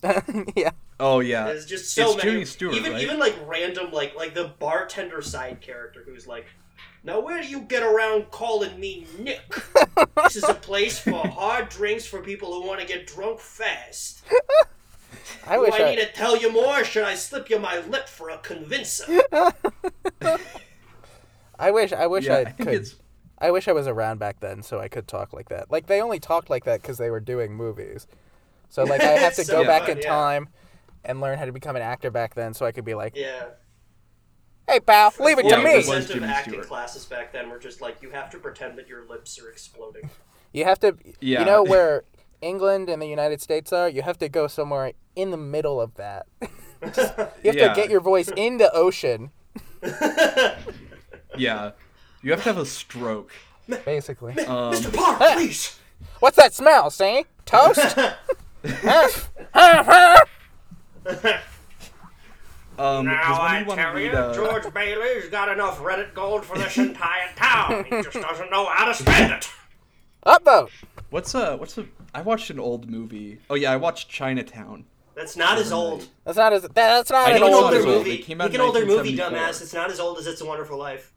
Speaker 3: yeah.
Speaker 2: Oh yeah.
Speaker 1: There's just so
Speaker 2: It's
Speaker 1: many.
Speaker 2: Jimmy Stewart,
Speaker 1: even
Speaker 2: right?
Speaker 1: even like random like like the bartender side character who's like, now where do you get around calling me Nick? this is a place for hard drinks for people who want to get drunk fast.
Speaker 3: I
Speaker 1: Do
Speaker 3: wish
Speaker 1: I
Speaker 3: I,
Speaker 1: need to tell you more? Or should I slip you my lip for a convincer?
Speaker 3: I wish I wish
Speaker 2: Yeah.
Speaker 3: I
Speaker 2: I think
Speaker 3: could
Speaker 2: it's.
Speaker 3: I wish I was around back then so I could talk like that. Like they only talked like that because they were doing movies. So like I have to
Speaker 1: So
Speaker 3: go
Speaker 1: yeah.
Speaker 3: back in
Speaker 1: Yeah.
Speaker 3: time and learn how to become an actor back then so I could be like,
Speaker 1: yeah.
Speaker 3: Hey, pal, leave it
Speaker 2: Yeah,
Speaker 3: to
Speaker 2: it
Speaker 3: me.
Speaker 2: was-
Speaker 1: percent of
Speaker 2: Jimmy
Speaker 1: acting
Speaker 2: Stewart.
Speaker 1: classes back then were just like you have to pretend that your lips are exploding.
Speaker 3: You have to.
Speaker 2: Yeah.
Speaker 3: You know where England and the United States are. You have to go somewhere in the middle of that. you have
Speaker 2: Yeah.
Speaker 3: to get your voice in the ocean,
Speaker 2: Yeah, you have to have a stroke.
Speaker 3: basically.
Speaker 2: Um,
Speaker 1: Mr. Parr, please.
Speaker 3: What's that smell? See toast.
Speaker 2: um,
Speaker 1: Now
Speaker 2: does one of
Speaker 1: I
Speaker 2: you want to
Speaker 1: tell you,
Speaker 2: read? Uh,
Speaker 1: George Bailey's got enough Reddit gold for this entire town. He just doesn't know how to spend it.
Speaker 3: Upvote.
Speaker 2: what's a what's a? I watched an old movie. Oh yeah, I watched Chinatown.
Speaker 1: That's not as old.
Speaker 3: That's not as. That's not
Speaker 2: I
Speaker 3: an
Speaker 1: An
Speaker 2: know it's
Speaker 3: older
Speaker 2: not
Speaker 1: older
Speaker 2: as old.
Speaker 3: movie.
Speaker 1: movie.
Speaker 2: It came out
Speaker 1: Make an
Speaker 2: in
Speaker 1: older movie,
Speaker 2: 1974.
Speaker 1: dumbass. It's not as old as It's a Wonderful Life.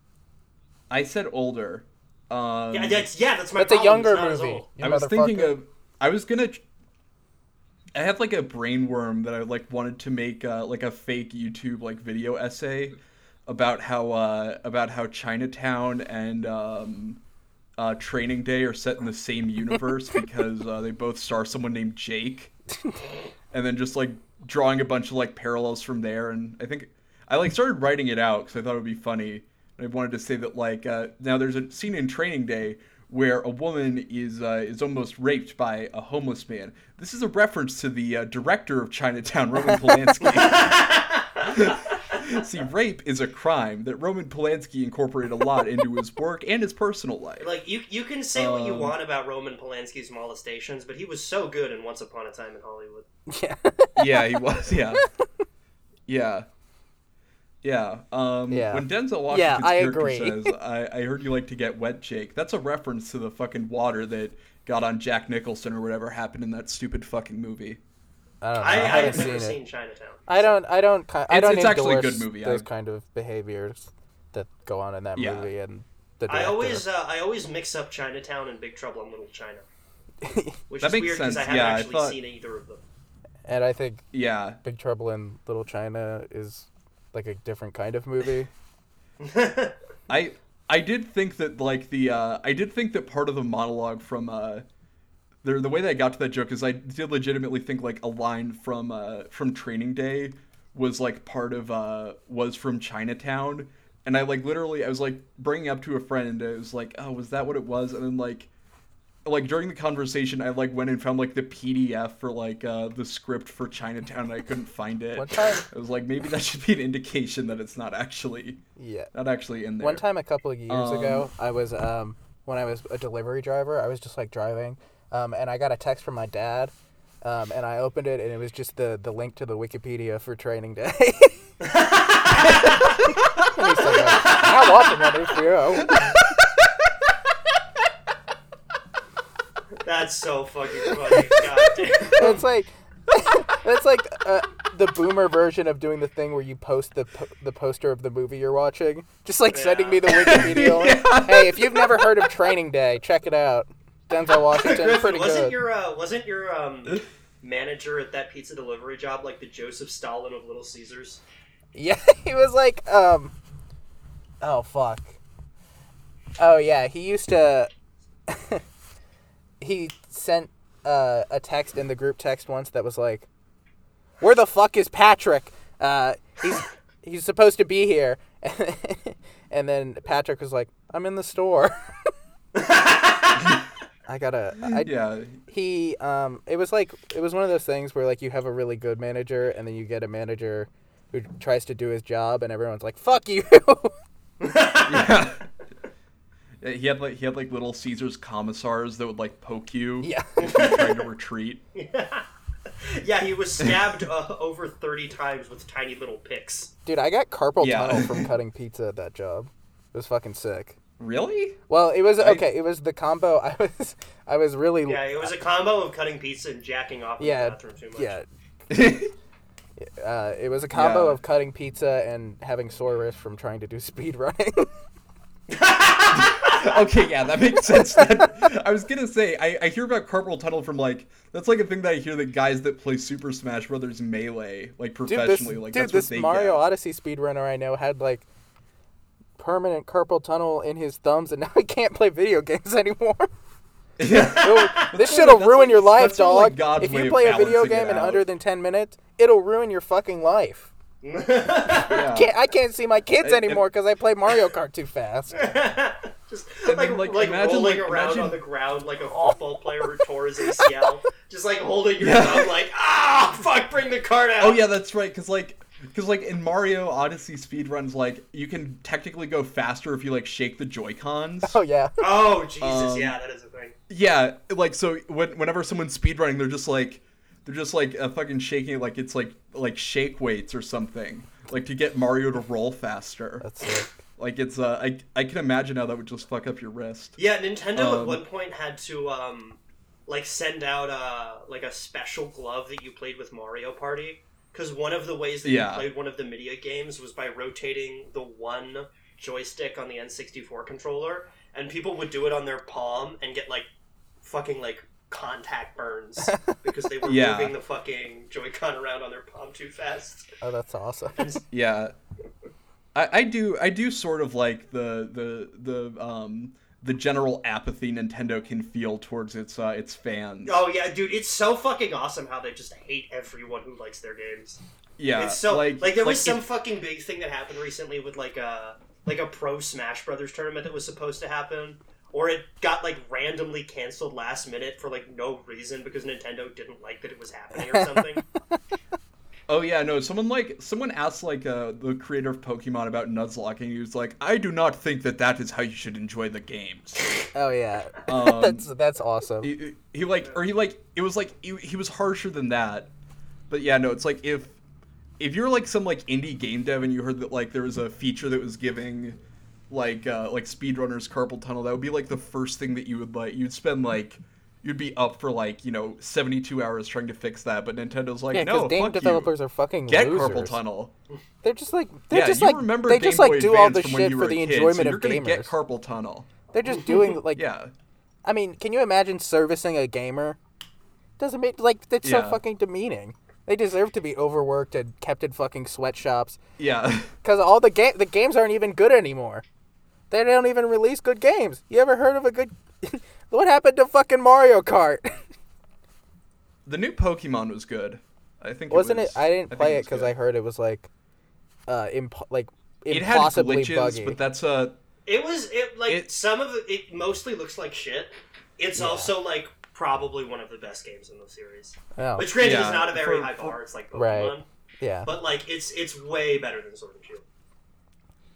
Speaker 2: I said older. Um,
Speaker 1: Yeah, that's yeah, that's my.
Speaker 3: That's
Speaker 1: problem.
Speaker 3: a
Speaker 1: It's
Speaker 3: younger
Speaker 1: not as
Speaker 3: movie.
Speaker 1: old.
Speaker 3: you
Speaker 2: I was thinking
Speaker 3: motherfucker.
Speaker 2: of. I was gonna. I had like a brain worm that I like wanted to make uh, like a fake YouTube like video essay about how uh, about how Chinatown and um, uh, Training Day are set in the same universe because uh, they both star someone named Jake, and then just like drawing a bunch of like parallels from there. And I think I like started writing it out because I thought it would be funny. And I wanted to say that like uh, now there's a scene in Training Day where a woman is uh, is almost raped by a homeless man. This is a reference to the uh, director of Chinatown, Roman Polanski. See, rape is a crime that Roman Polanski incorporated a lot into his work and his personal life.
Speaker 1: Like you, you can say what you
Speaker 2: Um,
Speaker 1: want about Roman Polanski's molestations, but he was so good in Once Upon a Time in Hollywood.
Speaker 2: yeah, he was. Yeah, yeah, yeah. Um,
Speaker 3: Yeah.
Speaker 2: When Denzel Washington's
Speaker 3: Yeah, I
Speaker 2: character
Speaker 3: agree.
Speaker 2: says, I, "I heard you like to get wet, Jake," that's a reference to the fucking water that got on Jack Nicholson or whatever happened in that stupid fucking movie.
Speaker 3: I don't know. I,
Speaker 1: I,
Speaker 3: haven't
Speaker 1: I've
Speaker 3: seen
Speaker 1: never
Speaker 3: it.
Speaker 1: seen Chinatown.
Speaker 3: I don't. I don't. ki- I
Speaker 2: It's-
Speaker 3: don't
Speaker 2: it's actually a good
Speaker 3: endorse
Speaker 2: movie,
Speaker 3: Those
Speaker 2: I-
Speaker 3: kind of behaviors that go on in that
Speaker 2: Yeah.
Speaker 3: movie and the.
Speaker 1: I
Speaker 3: director.
Speaker 1: always, uh, I always mix up Chinatown and Big Trouble in Little China, which
Speaker 2: That
Speaker 1: is
Speaker 2: makes
Speaker 1: weird because I
Speaker 2: sense.
Speaker 1: haven't
Speaker 2: Yeah, I
Speaker 1: actually
Speaker 2: thought-
Speaker 1: seen either of them.
Speaker 3: And I think
Speaker 2: Yeah,
Speaker 3: Big Trouble in Little China is like a different kind of movie.
Speaker 2: I I did think that like the uh, I did think that part of the monologue from uh, the the way that I got to that joke is I did legitimately think like a line from uh, from Training Day was like part of uh, was from Chinatown, and I like literally I was like bringing up to a friend and I was like oh was that what it was and then like like during the conversation I like went and found like the PDF for like uh, the script for Chinatown and I couldn't find it.
Speaker 3: One time-
Speaker 2: I was like maybe that should be an indication that it's not actually
Speaker 3: Yeah.
Speaker 2: not actually in there.
Speaker 3: One time a couple of years ago, I was um when I was a delivery driver, I was just like driving, um, and I got a text from my dad. Um, and I opened it, and it was just the, the link to the Wikipedia for Training Day. and he's like, "How often on HBO?"
Speaker 1: That's so fucking funny. God damn.
Speaker 3: It's like that's like uh, the boomer version of doing the thing where you post the po- the poster of the movie you're watching, just like sending
Speaker 1: Yeah.
Speaker 3: me the Wikipedia. link. Hey, if you've never heard of Training Day, check it out. Denzel Washington, pretty
Speaker 1: wasn't
Speaker 3: good.
Speaker 1: your uh, wasn't your um, manager at that pizza delivery job like the Joseph Stalin of Little Caesars?
Speaker 3: Yeah, he was like, um, oh fuck. Oh yeah, he used to. he sent uh, a text in the group text once that was like, "Where the fuck is Patrick? Uh, he's he's supposed to be here." and then Patrick was like, "I'm in the store." I gotta. I,
Speaker 2: Yeah,
Speaker 3: he um it was like it was one of those things where like you have a really good manager and then you get a manager who tries to do his job and everyone's like fuck you
Speaker 2: yeah. He had like he had like little Caesar's commissars that would like poke you.
Speaker 3: Yeah.
Speaker 2: if you were trying to retreat.
Speaker 1: Yeah, he was stabbed uh, over thirty times with tiny little picks.
Speaker 3: dude i got carpal
Speaker 2: Yeah.
Speaker 3: tunnel from cutting pizza at that job it was fucking sick
Speaker 2: Really?
Speaker 3: well it was okay it was the combo i was i was really
Speaker 1: Yeah, it was a combo of cutting pizza and jacking off in
Speaker 3: yeah
Speaker 1: the bathroom too much.
Speaker 3: yeah uh, it was a combo
Speaker 2: Yeah.
Speaker 3: of cutting pizza and having sore wrist from trying to do speed running
Speaker 2: okay, yeah, that makes sense. That, I was gonna say I, I hear about carpal tunnel from like that's like a thing that I hear that guys that play Super Smash Brothers melee like
Speaker 3: dude
Speaker 2: professionally
Speaker 3: this,
Speaker 2: like
Speaker 3: dude,
Speaker 2: that's
Speaker 3: this
Speaker 2: what they get.
Speaker 3: mario odyssey speedrunner i know had like permanent carpal tunnel in his thumbs and now he can't play video games anymore
Speaker 2: Yeah.
Speaker 3: It'll- this shit'll
Speaker 2: that's
Speaker 3: ruin
Speaker 2: like-
Speaker 3: your life,
Speaker 2: that's sort of like
Speaker 3: dog.
Speaker 2: God's
Speaker 3: if
Speaker 2: way
Speaker 3: you
Speaker 2: of
Speaker 3: play a video
Speaker 2: balancing
Speaker 3: game
Speaker 2: it
Speaker 3: in
Speaker 2: out.
Speaker 3: under than ten minutes, it'll ruin your fucking life.
Speaker 2: Yeah.
Speaker 3: Can't, I can't see my kids
Speaker 2: And-
Speaker 3: anymore because I play Mario Kart too fast.
Speaker 1: just
Speaker 2: And
Speaker 1: like,
Speaker 2: then,
Speaker 1: like,
Speaker 2: like, imagine,
Speaker 1: rolling
Speaker 2: like,
Speaker 1: around
Speaker 2: imagine-
Speaker 1: on the ground like a football player who tore his ACL. just like holding your
Speaker 2: Yeah.
Speaker 1: thumb like, ah, fuck, bring the cart out.
Speaker 2: Oh yeah, that's right. Because like, because like in Mario Odyssey speedruns, like you can technically go faster if you like shake the Joy Cons.
Speaker 3: Oh yeah.
Speaker 1: Oh, Jesus,
Speaker 2: Um,
Speaker 1: yeah, that is a thing.
Speaker 2: Yeah, like so when, whenever someone's speedrunning, they're just like they're just like uh, fucking shaking it like it's like like shake weights or something. Like to get Mario to roll faster.
Speaker 3: That's it.
Speaker 2: Like it's uh I I can imagine how that would just fuck up your wrist.
Speaker 1: Yeah, Nintendo at
Speaker 2: Um,
Speaker 1: one point had to um, like send out a like a special glove that you played with Mario Party because one of the ways that
Speaker 2: Yeah.
Speaker 1: you played one of the media games was by rotating the one joystick on the N64 controller, and people would do it on their palm and get like fucking like contact burns because they were
Speaker 2: Yeah.
Speaker 1: moving the fucking Joy-Con around on their palm too fast.
Speaker 3: Oh, that's awesome.
Speaker 2: Yeah. I, I do I do sort of like the the the um the general apathy Nintendo can feel towards its uh its fans.
Speaker 1: Oh yeah, dude, it's so fucking awesome how they just hate everyone who likes their games.
Speaker 2: yeah.
Speaker 1: It's so like, there was
Speaker 2: it-
Speaker 1: some fucking big thing that happened recently with like a like a pro Smash Brothers tournament that was supposed to happen, or it got like randomly canceled last minute for like no reason because Nintendo didn't like that it was happening or something.
Speaker 2: Oh yeah, no. Someone like someone asked like uh, the creator of Pokemon about Nuzlocke, and he was like, "I do not think that that is how you should enjoy the games."
Speaker 3: Oh yeah.
Speaker 2: Um,
Speaker 3: that's that's awesome.
Speaker 2: he, he like, or he like, it was like he, he was harsher than that. But yeah, no. It's like if if you're like some like indie game dev and you heard that like there was a feature that was giving like uh, like speedrunners carpal tunnel, that would be like the first thing that you would like. You'd spend like. You'd be up for like you know seventy two hours trying to fix that, but Nintendo's like,
Speaker 3: Yeah, because
Speaker 2: no,
Speaker 3: game
Speaker 2: fuck
Speaker 3: developers
Speaker 2: you.
Speaker 3: are fucking
Speaker 2: Get
Speaker 3: losers.
Speaker 2: carpal tunnel.
Speaker 3: They're just like they're
Speaker 2: yeah,
Speaker 3: just
Speaker 2: you
Speaker 3: like
Speaker 2: remember
Speaker 3: they
Speaker 2: Game
Speaker 3: just like
Speaker 2: Boy
Speaker 3: do all the
Speaker 2: Advance from when
Speaker 3: shit
Speaker 2: you
Speaker 3: for
Speaker 2: were
Speaker 3: the
Speaker 2: a kid, so
Speaker 3: enjoyment
Speaker 2: you're
Speaker 3: of
Speaker 2: gonna get
Speaker 3: gamers.
Speaker 2: carpal tunnel.
Speaker 3: they're just doing like
Speaker 2: Yeah,
Speaker 3: I mean, can you imagine servicing a gamer? Doesn't make like that's so
Speaker 2: Yeah.
Speaker 3: fucking demeaning. They deserve to be overworked and kept in fucking sweatshops
Speaker 2: yeah,
Speaker 3: because all the game the games aren't even good anymore. They don't even release good games. You ever heard of a good? what happened to fucking Mario Kart?
Speaker 2: the new Pokemon was good. I think
Speaker 3: Wasn't
Speaker 2: it.
Speaker 3: it?
Speaker 2: Was,
Speaker 3: I didn't
Speaker 2: think
Speaker 3: play
Speaker 2: it
Speaker 3: it
Speaker 2: was
Speaker 3: because
Speaker 2: good.
Speaker 3: I heard it was like, uh, imp- like
Speaker 2: it had
Speaker 3: impossibly
Speaker 2: glitches,
Speaker 3: buggy.
Speaker 2: but that's a
Speaker 1: it was it like
Speaker 2: It-
Speaker 1: some of the- it mostly looks like shit. It's also like probably one of the best games in the series,
Speaker 3: oh,
Speaker 1: which granted
Speaker 2: Yeah,
Speaker 1: is not a very
Speaker 2: for-
Speaker 1: high
Speaker 2: for-
Speaker 1: bar. It's like Pokemon,
Speaker 3: Right. yeah.
Speaker 1: but like it's it's way better than Sword and Shield.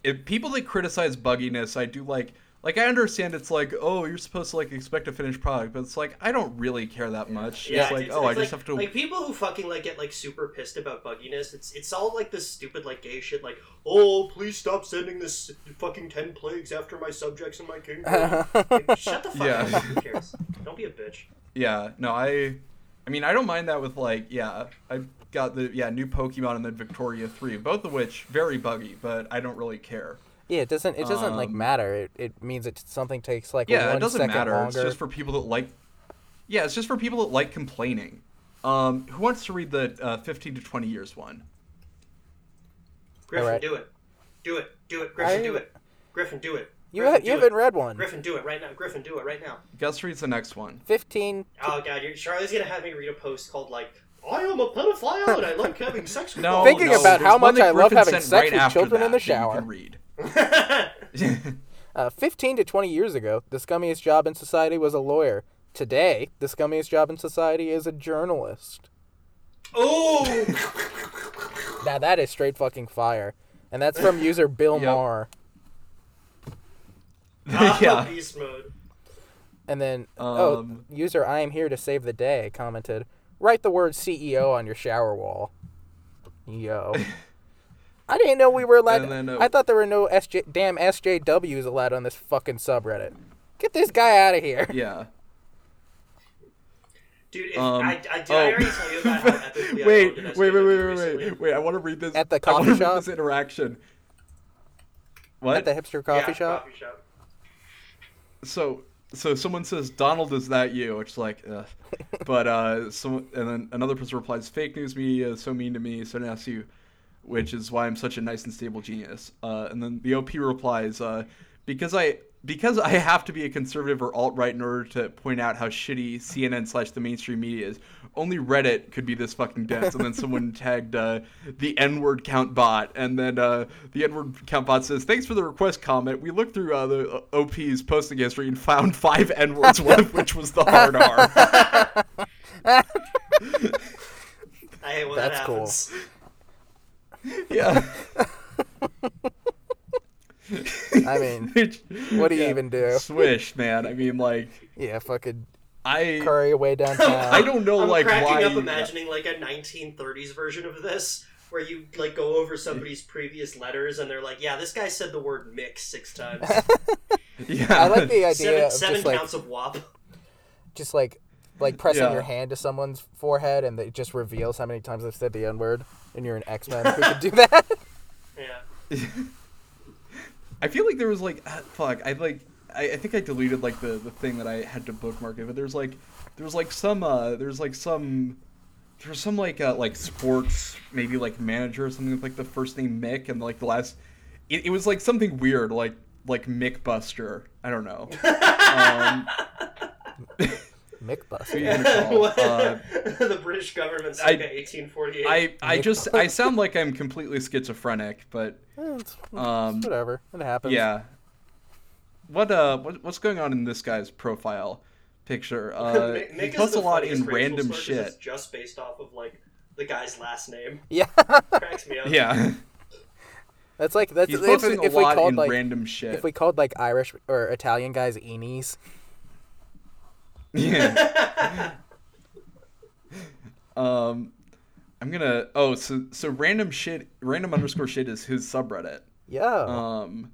Speaker 2: if people that criticize bugginess, I do like. Like I understand it's like, oh, you're supposed to like expect a finished product, but it's like I don't really care that much. it's like, oh, I just have to.
Speaker 1: like people who fucking like get like super pissed about bugginess. It's it's all like this stupid like gay shit. Like, oh, please stop sending this fucking ten plagues after my subjects and my kingdom. Like, shut the fuck
Speaker 2: Yeah.
Speaker 1: up. Who cares? Don't be a bitch.
Speaker 2: Yeah, no, I, I mean, I don't mind that with like, yeah, I've got the yeah new Pokemon and then Victoria three, both of which very buggy, but I don't really care.
Speaker 3: Yeah, it doesn't. It doesn't like
Speaker 2: Um,
Speaker 3: matter. It, it means that something takes like
Speaker 2: Yeah,
Speaker 3: one
Speaker 2: it doesn't
Speaker 3: second
Speaker 2: matter.
Speaker 3: longer.
Speaker 2: It's just for people that like. Yeah, it's just for people that like complaining. Um, who wants to read the uh, fifteen to twenty years one?
Speaker 1: Griffin,
Speaker 3: Alright.
Speaker 1: do it. Do it. Do it. Griffin,
Speaker 3: I-
Speaker 1: do it. Griffin, do it.
Speaker 3: you
Speaker 1: Griffin,
Speaker 3: ha-
Speaker 1: do
Speaker 3: you
Speaker 1: it.
Speaker 3: haven't read one.
Speaker 1: Griffin, do it right now. Griffin, do it right now.
Speaker 2: Gus reads the next one.
Speaker 3: Fifteen.
Speaker 1: Oh god, you're, Charlie's gonna have me read a post called like, "I am a pedophile and I like having sex with."
Speaker 2: No,
Speaker 1: all
Speaker 3: Thinking
Speaker 2: no,
Speaker 1: dogs."
Speaker 3: about
Speaker 2: there's
Speaker 3: how
Speaker 2: one
Speaker 3: much
Speaker 2: that
Speaker 3: I love
Speaker 2: Griffin
Speaker 3: having
Speaker 2: sent
Speaker 3: sex
Speaker 2: right
Speaker 3: with
Speaker 2: after
Speaker 3: children in
Speaker 2: that
Speaker 3: the
Speaker 2: that you
Speaker 3: shower.
Speaker 2: can read.
Speaker 3: Uh, Fifteen to twenty years ago, the scummiest job in society was a lawyer. Today, the scummiest job in society is a journalist.
Speaker 1: oh,
Speaker 3: Now that is straight fucking fire, and that's from user Bill
Speaker 2: Yep.
Speaker 3: Maher.
Speaker 1: yeah.
Speaker 2: yeah,
Speaker 1: beast mode.
Speaker 3: And then oh,
Speaker 2: Um,
Speaker 3: user I am here to save the day commented, write the word CEO on your shower wall. Yo. I didn't know we were allowed.
Speaker 2: And then, uh,
Speaker 3: I thought there were no SJ, damn SJWs allowed on this fucking subreddit. Get this guy out of here.
Speaker 2: yeah.
Speaker 1: Dude, if,
Speaker 2: Um,
Speaker 1: I, I, did
Speaker 2: oh.
Speaker 1: I already tell you about how epically I
Speaker 2: wait,
Speaker 1: owned an SJW
Speaker 2: wait, wait, wait, wait, wait,
Speaker 1: recently?
Speaker 2: wait, wait! I want to read this
Speaker 3: At the
Speaker 2: I wanna
Speaker 3: coffee
Speaker 2: read
Speaker 3: shop?
Speaker 2: This interaction. What?
Speaker 3: At the hipster coffee
Speaker 1: Yeah,
Speaker 3: shop.
Speaker 1: Coffee shop.
Speaker 2: so so someone says Donald is that you, which is like, ugh. but uh, some and then another person replies, "Fake news media is so mean to me, so now it's you," which is why I'm such a nice and stable genius. Uh, and then the OP replies, uh, "Because I because I have to be a conservative or alt right in order to point out how shitty CNN slash the mainstream media is. Only Reddit could be this fucking dense, and then someone tagged uh, the N word count bot, and then uh, the N word count bot says, "Thanks for the request comment. We looked through uh, the OP's posting history and found five N words, one of which was the hard R."
Speaker 1: I hate when
Speaker 3: That's
Speaker 1: that
Speaker 3: cool.
Speaker 1: happens.
Speaker 2: yeah.
Speaker 3: I mean,
Speaker 2: what
Speaker 3: do you even do?
Speaker 2: Swish, man. I mean, like
Speaker 3: yeah, fucking
Speaker 2: I.
Speaker 3: curry your way downtown.
Speaker 2: I don't know,
Speaker 1: I'm
Speaker 2: like
Speaker 1: cracking
Speaker 2: why.
Speaker 1: up imagining like a 1930s version of this where you like go over somebody's previous letters and they're like, yeah, this guy said the word mix six times,
Speaker 2: yeah,
Speaker 3: I like the idea
Speaker 1: seven,
Speaker 3: of
Speaker 1: seven
Speaker 3: just like
Speaker 1: counts of wop.
Speaker 3: just like like pressing
Speaker 2: Yeah.
Speaker 3: your hand to someone's forehead and it just reveals how many times they've said the N word and you're an X Men who could do that.
Speaker 1: Yeah,
Speaker 2: I feel like there was like ah, fuck. I like I, I think I deleted like the the thing that I had to bookmark it, but there's like there's like some uh there's like some there's some like uh like sports maybe like manager or something with like the first name Mick and like the last it, it was like something weird like like Mick Buster. I don't know. um, who you
Speaker 3: McBuster.
Speaker 2: gonna call?
Speaker 1: What?
Speaker 2: Uh,
Speaker 1: the British government
Speaker 2: I-
Speaker 1: circa 1848.
Speaker 2: I I
Speaker 3: Mick
Speaker 2: just I sound like I'm completely schizophrenic, but
Speaker 3: Eh, it's- it's
Speaker 2: um
Speaker 3: whatever. It happens.
Speaker 2: Yeah. What uh what, what's going on in this guy's profile picture? Uh
Speaker 1: Mick- Mick
Speaker 2: he
Speaker 1: is
Speaker 2: posts a
Speaker 1: the
Speaker 2: lot
Speaker 1: funniest
Speaker 2: in
Speaker 1: racial
Speaker 2: random
Speaker 1: slur 'cause
Speaker 2: shit.
Speaker 1: It's just based off of like the guy's last name.
Speaker 3: Yeah.
Speaker 1: cracks me up.
Speaker 2: Yeah.
Speaker 3: That's like that's
Speaker 2: He's
Speaker 3: if,
Speaker 2: posting
Speaker 3: if, if
Speaker 2: a
Speaker 3: we
Speaker 2: lot
Speaker 3: called
Speaker 2: in
Speaker 3: like
Speaker 2: random shit.
Speaker 3: if we called like Irish or Italian guys enies.
Speaker 2: Yeah. um I'm gonna oh so so random shit random underscore shit is his subreddit.
Speaker 3: Yeah.
Speaker 2: Um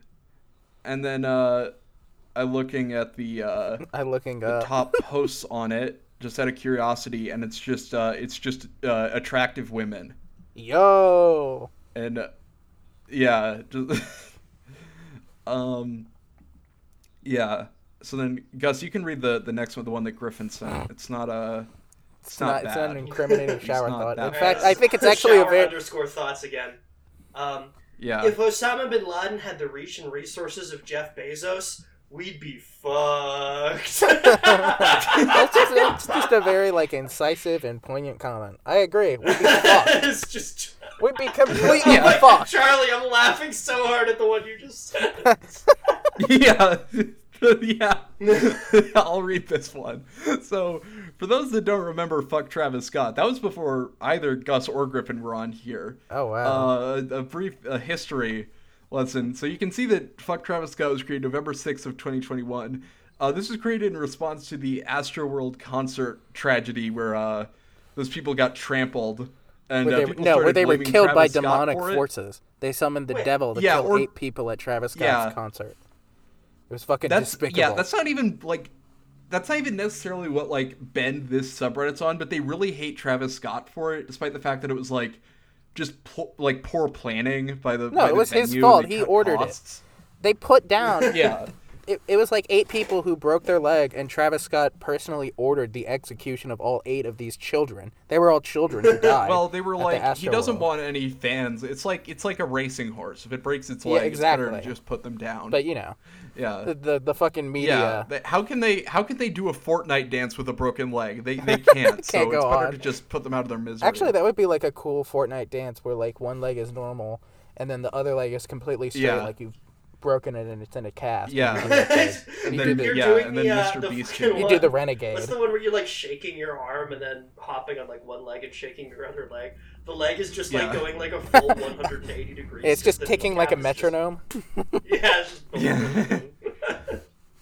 Speaker 2: and then uh I'm looking at the uh
Speaker 3: I'm looking up.
Speaker 2: top posts on it just out of curiosity and it's just uh it's just uh attractive women
Speaker 3: Yo.
Speaker 2: and uh, yeah just, um yeah so then gus you can read the the next one the one that griffin sent it's not uh it's,
Speaker 3: It's
Speaker 2: not,
Speaker 3: not, it's not an
Speaker 2: bad
Speaker 3: incriminating shower
Speaker 2: not
Speaker 3: thought.
Speaker 2: that
Speaker 3: In
Speaker 2: bad.
Speaker 3: fact,
Speaker 1: Alright,
Speaker 3: I think it's
Speaker 1: let's-
Speaker 3: actually a
Speaker 1: shower
Speaker 3: very
Speaker 1: underscore thoughts again. Um,
Speaker 2: yeah
Speaker 1: If Osama bin Laden had the reach and resources of Jeff Bezos, we'd be fucked.
Speaker 3: that's just, that's just a very like incisive and poignant comment. I agree. We'd be fucked.
Speaker 1: it's just
Speaker 3: We'd be completely
Speaker 2: Yeah.
Speaker 1: Like,
Speaker 3: fucked.
Speaker 1: Charlie, I'm laughing so hard at the one you just said.
Speaker 2: yeah yeah i'll read this one so for those that don't remember fuck travis scott that was before either gus or griffin were on here
Speaker 3: Oh wow.
Speaker 2: uh, a a brief uh, history lesson. So you can see that Fuck Travis Scott was created November 6th of 2021. Uh, this was created in response to the Astroworld concert tragedy where uh, those people got trampled. And,
Speaker 3: Where
Speaker 2: uh,
Speaker 3: they,
Speaker 2: people
Speaker 3: no, where
Speaker 2: started
Speaker 3: they were
Speaker 2: blaming
Speaker 3: killed by
Speaker 2: Travis Scott
Speaker 3: demonic
Speaker 2: for it.
Speaker 3: forces. They summoned the
Speaker 1: Wait,
Speaker 3: devil to
Speaker 2: yeah,
Speaker 3: kill
Speaker 2: or-
Speaker 3: eight people at Travis Scott's
Speaker 2: Yeah.
Speaker 3: concert. It was fucking
Speaker 2: That's
Speaker 3: despicable.
Speaker 2: yeah. That's not even like that's not even necessarily what like bend this subreddit's on, but they really hate Travis Scott for it, despite the fact that it was like just po- like poor planning by the
Speaker 3: No,
Speaker 2: by
Speaker 3: it
Speaker 2: the
Speaker 3: was his
Speaker 2: venue,
Speaker 3: fault.
Speaker 2: they
Speaker 3: He
Speaker 2: cut
Speaker 3: ordered it.
Speaker 2: costs.
Speaker 3: they put down.
Speaker 2: Yeah.
Speaker 3: It, it was like eight people who broke their leg, and Travis Scott personally ordered the execution of all eight of these children. They were all children who died.
Speaker 2: Well, they were
Speaker 3: at the
Speaker 2: like, he doesn't
Speaker 3: Astroworld.
Speaker 2: want any fans. It's like it's like a racing horse. If it breaks its
Speaker 3: Yeah,
Speaker 2: leg, it's better to
Speaker 3: exactly.
Speaker 2: just put them down.
Speaker 3: But you know,
Speaker 2: yeah,
Speaker 3: the the, the fucking media.
Speaker 2: yeah. They- How can they how can they do a Fortnite dance with a broken leg? They they can't. so
Speaker 3: Can't
Speaker 2: it's
Speaker 3: go
Speaker 2: better
Speaker 3: on.
Speaker 2: to just put them out of their misery.
Speaker 3: Actually, that would be like a cool Fortnite dance where like one leg is normal, and then the other leg is completely straight,
Speaker 2: Yeah.
Speaker 3: like you've broken it and it's in a cast.
Speaker 2: yeah.
Speaker 1: and
Speaker 2: And
Speaker 3: did
Speaker 2: then,
Speaker 3: the-
Speaker 1: you're
Speaker 2: yeah,
Speaker 1: doing
Speaker 2: and
Speaker 1: the,
Speaker 2: then
Speaker 1: uh,
Speaker 2: Mr.
Speaker 1: the
Speaker 2: Beast.
Speaker 1: fucking
Speaker 2: too.
Speaker 3: You do the
Speaker 1: What's
Speaker 3: renegade.
Speaker 1: the one where you're like shaking your arm and then hopping on like one leg and shaking your other leg? The leg is just like
Speaker 2: Yeah.
Speaker 1: going like a full 180 degrees.
Speaker 3: It's just
Speaker 1: the
Speaker 3: ticking like a
Speaker 1: cap is just-
Speaker 3: metronome.
Speaker 1: Yeah. it's just-
Speaker 2: Yeah.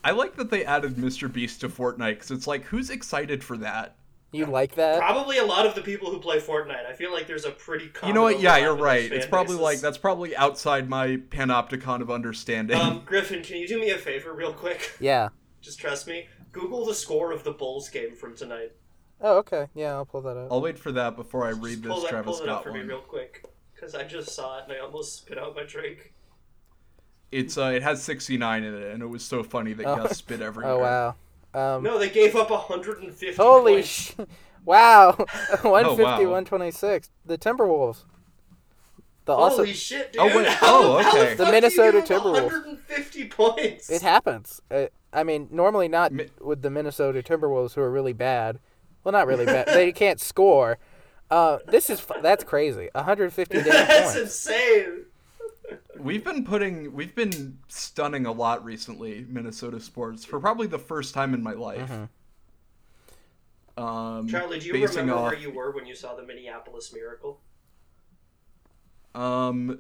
Speaker 2: I like that they added Mr. Beast to Fortnite because it's like, who's excited for that?
Speaker 3: You like that?
Speaker 1: Probably a lot of the people who play Fortnite. I feel like there's a pretty common.
Speaker 2: You know what? Yeah,
Speaker 1: overlap
Speaker 2: you're
Speaker 1: in those
Speaker 2: right.
Speaker 1: fan
Speaker 2: It's probably
Speaker 1: bases.
Speaker 2: like that's probably outside my panopticon of understanding.
Speaker 1: Um, Griffin, can you do me a favor real quick?
Speaker 3: Yeah.
Speaker 1: Just trust me. Google the score of the Bulls game from tonight.
Speaker 3: Oh, okay. Yeah, I'll pull that up.
Speaker 1: Oh,
Speaker 2: I'll wait for that before I read
Speaker 1: Just
Speaker 2: this
Speaker 1: pull that,
Speaker 2: Travis
Speaker 1: pull it up
Speaker 2: Scott
Speaker 1: for
Speaker 2: one.
Speaker 1: me real quick, because I just saw it and I almost spit out my drink.
Speaker 2: It's uh, it has 69 in it, and it was so funny that
Speaker 3: Oh.
Speaker 2: Gus spit everywhere.
Speaker 3: Oh wow. Um,
Speaker 1: No, they gave up 150.
Speaker 3: holy
Speaker 1: points.
Speaker 3: sh! Wow. 150,
Speaker 1: Oh,
Speaker 2: wow.
Speaker 3: 126. The Timberwolves. The
Speaker 1: Holy
Speaker 3: also
Speaker 1: shit, dude!
Speaker 2: Oh, wait.
Speaker 1: How
Speaker 2: Oh,
Speaker 1: the
Speaker 2: okay.
Speaker 1: fuck
Speaker 3: The
Speaker 1: do you
Speaker 3: Minnesota
Speaker 1: give up
Speaker 3: Timberwolves.
Speaker 1: 150 points.
Speaker 3: it happens. Uh I mean, normally not
Speaker 2: Mi-
Speaker 3: with the Minnesota Timberwolves, who are really bad. Well, not really bad. they can't score. Uh, this is fu- that's crazy. 150 damn
Speaker 1: That's
Speaker 3: points.
Speaker 1: insane.
Speaker 2: We've been putting, we've been stunning a lot recently, Minnesota sports, for probably the first time in my life.
Speaker 3: Mm-hmm.
Speaker 2: Um,
Speaker 1: Charlie, do you
Speaker 2: basing
Speaker 1: remember
Speaker 2: off,
Speaker 1: where you were when you saw the Minneapolis Miracle?
Speaker 2: Um,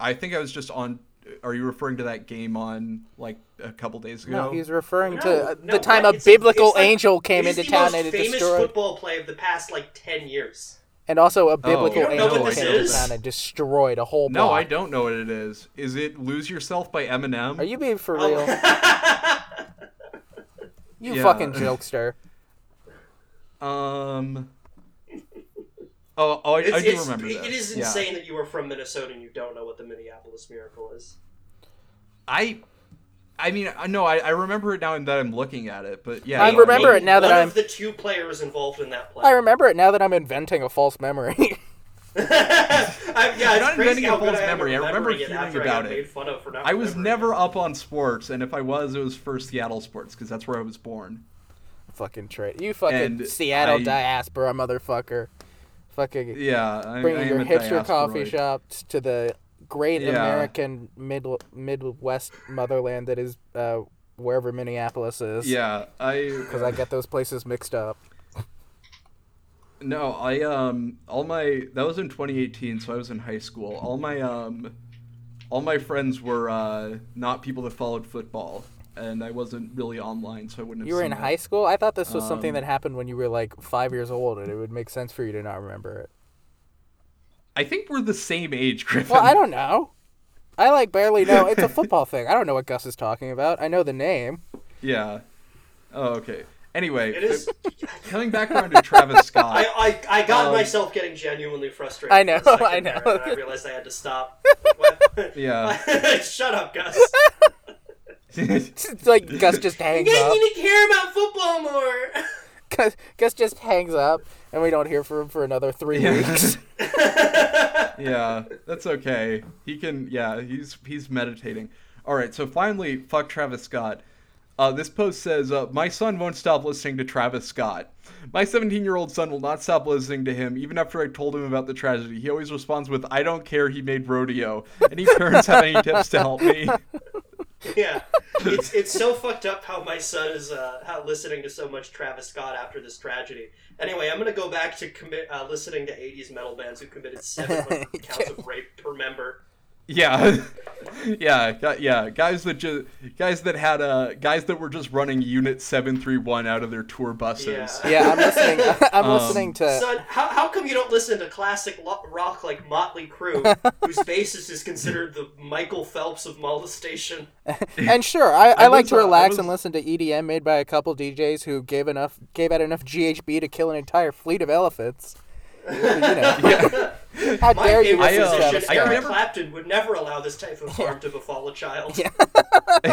Speaker 2: I think I was just on. Are you referring to that game on like a couple days ago?
Speaker 3: No, he's referring
Speaker 1: No,
Speaker 3: to uh,
Speaker 1: no,
Speaker 3: the time
Speaker 1: what?
Speaker 3: a
Speaker 1: It's-
Speaker 3: biblical
Speaker 1: it's like-
Speaker 3: angel came
Speaker 1: He's
Speaker 3: into
Speaker 1: the
Speaker 3: town
Speaker 1: most
Speaker 3: and it
Speaker 1: famous
Speaker 3: destroyed,
Speaker 1: football play of the past like 10 years.
Speaker 3: and also
Speaker 2: Oh,
Speaker 3: a biblical
Speaker 2: You don't
Speaker 1: know
Speaker 3: angel
Speaker 1: what this
Speaker 3: came into
Speaker 1: is?
Speaker 3: town and destroyed a whole.
Speaker 2: No,
Speaker 3: block.
Speaker 2: I don't know what it is. Is it "Lose Yourself" by Eminem?
Speaker 3: Are you being for
Speaker 1: Oh.
Speaker 3: real? You
Speaker 2: Yeah.
Speaker 3: fucking jokester.
Speaker 2: Um. Oh, oh I,
Speaker 1: It's-
Speaker 2: I do
Speaker 1: it's-
Speaker 2: remember
Speaker 1: it-
Speaker 2: this.
Speaker 1: it is
Speaker 2: Yeah.
Speaker 1: insane that you were from Minnesota and you don't know what the Minneapolis Miracle is.
Speaker 2: I, I mean, I no, I, I remember it now that I'm looking at it, but yeah,
Speaker 3: I
Speaker 2: no,
Speaker 3: remember
Speaker 2: maybe-
Speaker 3: it now that
Speaker 1: One
Speaker 3: I'm-
Speaker 1: of the two players involved in that play.
Speaker 3: I remember it now that I'm inventing a false memory.
Speaker 1: I, yeah, it's
Speaker 2: not
Speaker 1: crazy
Speaker 2: inventing a
Speaker 1: how good
Speaker 2: false
Speaker 1: I am at
Speaker 2: memory. I remember
Speaker 1: remembering it
Speaker 2: hearing
Speaker 1: after I
Speaker 2: about
Speaker 1: got
Speaker 2: it.
Speaker 1: made fun of for not
Speaker 2: I was
Speaker 1: remembering
Speaker 2: never up on sports, and if I was, it was for Seattle sports because that's where I was born.
Speaker 3: fucking trait. You fucking
Speaker 2: And
Speaker 3: Seattle
Speaker 2: I-
Speaker 3: diaspora motherfucker. Fucking
Speaker 2: Yeah, I, I
Speaker 3: bringing
Speaker 2: am
Speaker 3: your
Speaker 2: a
Speaker 3: hipster coffee
Speaker 2: diasporoid.
Speaker 3: shops to the great
Speaker 2: Yeah.
Speaker 3: American mid Midwest motherland that is uh, wherever Minneapolis is.
Speaker 2: Yeah, I
Speaker 3: Because I get those places mixed up.
Speaker 2: No, I um all my that was in 2018, so I was in high school. All my um all my friends were uh not people that followed football, and I wasn't really online, so I wouldn't. Have
Speaker 3: You were
Speaker 2: seen
Speaker 3: in
Speaker 2: it.
Speaker 3: high school? I thought this was something
Speaker 2: Um,
Speaker 3: that happened when you were like five years old and it would make sense for you to not remember it.
Speaker 2: I think we're the same age, Griffin.
Speaker 3: Well, I don't know. I like barely know. It's a football thing. I don't know what Gus is talking about. I know the name.
Speaker 2: Yeah. Oh, okay. Anyway,
Speaker 1: It is.
Speaker 2: coming back around to Travis Scott.
Speaker 1: I, I, I got
Speaker 2: Um,
Speaker 1: myself getting genuinely frustrated.
Speaker 3: I know,
Speaker 1: for a second
Speaker 3: I know.
Speaker 1: there, and I realized I had to stop. What?
Speaker 2: Yeah.
Speaker 1: Shut up, Gus.
Speaker 3: It's like Gus just hangs
Speaker 1: You
Speaker 3: up.
Speaker 1: need to care about football more.
Speaker 3: Gus, Gus just hangs up, and we don't hear from him for another three
Speaker 2: Yeah.
Speaker 3: weeks.
Speaker 2: yeah, that's okay. He can. Yeah, he's he's meditating. All right. So finally, fuck Travis Scott. Uh, this post says, uh, "My son won't stop listening to Travis Scott. My 17-year-old son will not stop listening to him, even after I told him about the tragedy. He always responds with, "I don't care. He made rodeo. Any parents have any tips to help me?"
Speaker 1: yeah, it's it's so fucked up how my son is uh, how listening to so much Travis Scott after this tragedy. Anyway, I'm gonna go back to commit uh, listening to '80s metal bands who committed 700 counts of rape per member.
Speaker 2: Yeah, yeah, gu- yeah. Guys that just guys that had uh, guys that were just running Unit 731 out of their tour buses.
Speaker 1: Yeah.
Speaker 3: yeah, I'm listening. I'm
Speaker 2: Um,
Speaker 3: listening to.
Speaker 1: Son, how, how come you don't listen to classic lo- rock like Motley Crue, whose bassist is considered the Michael Phelps of molestation?
Speaker 3: and sure, I, I,
Speaker 2: I
Speaker 3: like
Speaker 2: was,
Speaker 3: to
Speaker 2: uh, I
Speaker 3: relax
Speaker 2: was-
Speaker 3: and listen to EDM made by a couple DJs who gave enough gave out enough GHB to kill an entire fleet of elephants. You know, how
Speaker 1: My
Speaker 3: dare you
Speaker 1: favorite
Speaker 2: I,
Speaker 3: listen
Speaker 2: uh,
Speaker 3: to Travis
Speaker 1: musician,
Speaker 2: I
Speaker 3: Scott?
Speaker 1: Eric
Speaker 2: never-
Speaker 1: Clapton, would never allow this type of harm to befall a child.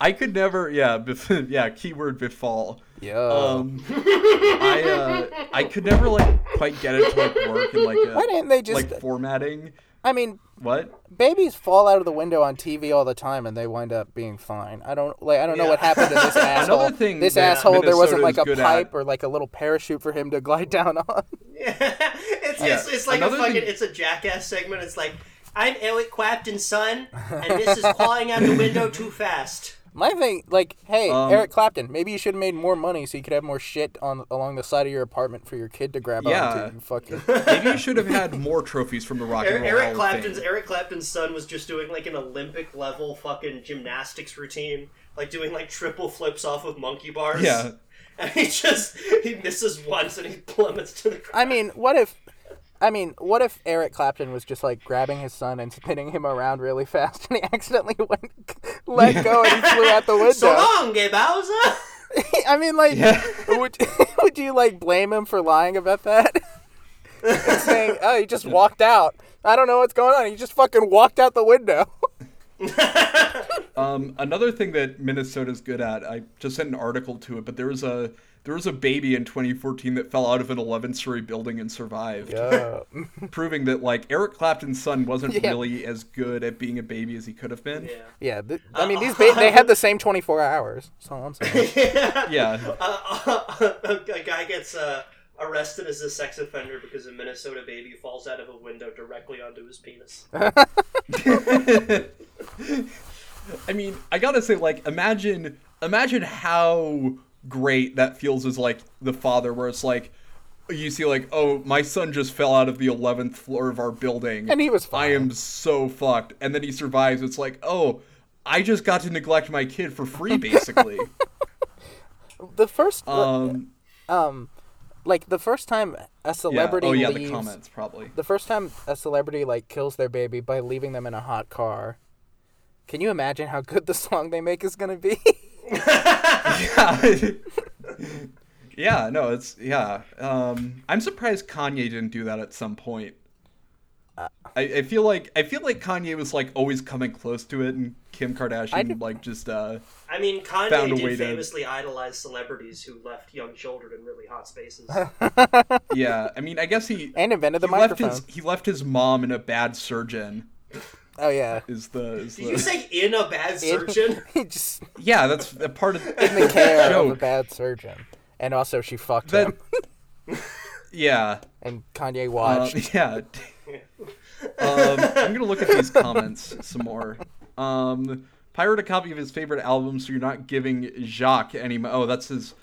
Speaker 2: I could never, yeah, bef- yeah, keyword befall.
Speaker 3: Yeah.
Speaker 2: Um, I uh, I could never like quite get it to like work and like a,
Speaker 3: Why didn't they just-
Speaker 2: like formatting?
Speaker 3: I mean,
Speaker 2: What?
Speaker 3: babies fall out of the window on TV all the time, and they wind up being fine. I don't like. I don't know
Speaker 1: Yeah.
Speaker 3: what happened to this asshole.
Speaker 2: thing
Speaker 3: this
Speaker 2: that
Speaker 3: asshole, there wasn't
Speaker 2: Minnesota's
Speaker 3: like a
Speaker 2: good
Speaker 3: pipe
Speaker 2: at-
Speaker 3: or like a little parachute for him to glide down on.
Speaker 1: it's, it's,
Speaker 2: Yeah.
Speaker 1: it's like
Speaker 2: Another
Speaker 1: a fucking
Speaker 2: thing-
Speaker 1: it's a jackass segment. It's like I'm Eric Clapton's son, and this is falling out the window too fast.
Speaker 3: My thing, like, hey,
Speaker 2: Um,
Speaker 3: Eric Clapton, maybe you should have made more money so you could have more shit on along the side of your apartment for your kid to grab
Speaker 2: Yeah.
Speaker 3: onto. You fucking
Speaker 2: Maybe you should have had more trophies from the Rock and
Speaker 1: Eric, Eric
Speaker 2: Roll Hall of
Speaker 1: Clapton's
Speaker 2: Fame.
Speaker 1: Eric Clapton's son was just doing like an Olympic level fucking gymnastics routine, like doing like triple flips off of monkey bars.
Speaker 2: Yeah.
Speaker 1: And he just he misses once and he plummets to the ground.
Speaker 3: I mean, what if? I mean, what if Eric Clapton was just like grabbing his son and spinning him around really fast, and he accidentally went let go and he flew out the window?
Speaker 1: So long, Gay Bowser.
Speaker 3: I mean, like,
Speaker 2: Yeah.
Speaker 3: would would you like blame him for lying about that? And saying, oh, he just walked out. I don't know what's going on. He just fucking walked out the window.
Speaker 2: Um, another thing that Minnesota's good at, I just sent an article to it, but there was a there was a baby in 2014 that fell out of an 11 story building and survived,
Speaker 3: Yeah.
Speaker 2: proving that like Eric Clapton's son wasn't
Speaker 3: Yeah.
Speaker 2: really as good at being a baby as he could have been.
Speaker 1: Yeah.
Speaker 3: yeah th- I mean, these ba- they had the same 24 hours. That's all I'm saying.
Speaker 2: Yeah.
Speaker 1: Uh, a guy gets uh, arrested as a sex offender because a Minnesota baby falls out of a window directly onto his penis.
Speaker 2: I mean, I gotta say, like, imagine, imagine how great that feels as like the father, where it's like, you see, like, oh, my son just fell out of the eleventh floor of our building,
Speaker 3: And he was fine.
Speaker 2: I am so fucked, and then he survives. It's like, oh, I just got to neglect my kid for free, basically.
Speaker 3: The first, uh,
Speaker 2: um,
Speaker 3: um, like the first time a
Speaker 2: yeah.
Speaker 3: celebrity
Speaker 2: Oh yeah,
Speaker 3: leaves,
Speaker 2: the comments probably.
Speaker 3: the first time a celebrity like kills their baby by leaving them in a hot car. Can you imagine how good the song they make is gonna be?
Speaker 2: yeah. yeah, no, it's yeah. Um, I'm surprised Kanye didn't do that at some point. I, I feel like I feel like Kanye was like always coming close to it, and Kim Kardashian
Speaker 3: I'd-
Speaker 2: like just uh,
Speaker 1: I mean,
Speaker 2: Found a
Speaker 1: Kanye
Speaker 2: way
Speaker 1: did
Speaker 2: to-
Speaker 1: famously idolize celebrities who left young children in really hot spaces.
Speaker 2: yeah. I mean, I guess he
Speaker 3: and invented the
Speaker 2: he left
Speaker 3: microphone.
Speaker 2: his he left his mom and a bad surgeon
Speaker 3: Oh yeah.
Speaker 2: is the, is
Speaker 1: Did you
Speaker 2: the
Speaker 1: say in a bad surgeon?
Speaker 3: he just
Speaker 2: yeah that's a part of
Speaker 3: in the care of a
Speaker 2: joke
Speaker 3: bad surgeon. And also she fucked
Speaker 2: that
Speaker 3: him.
Speaker 2: yeah
Speaker 3: And Kanye
Speaker 2: Uh,
Speaker 3: watched.
Speaker 2: yeah. um, I'm gonna look at these comments some more. Um, pirate a copy of his favorite album, so you're not giving Jacques any. Mo- oh, that's his.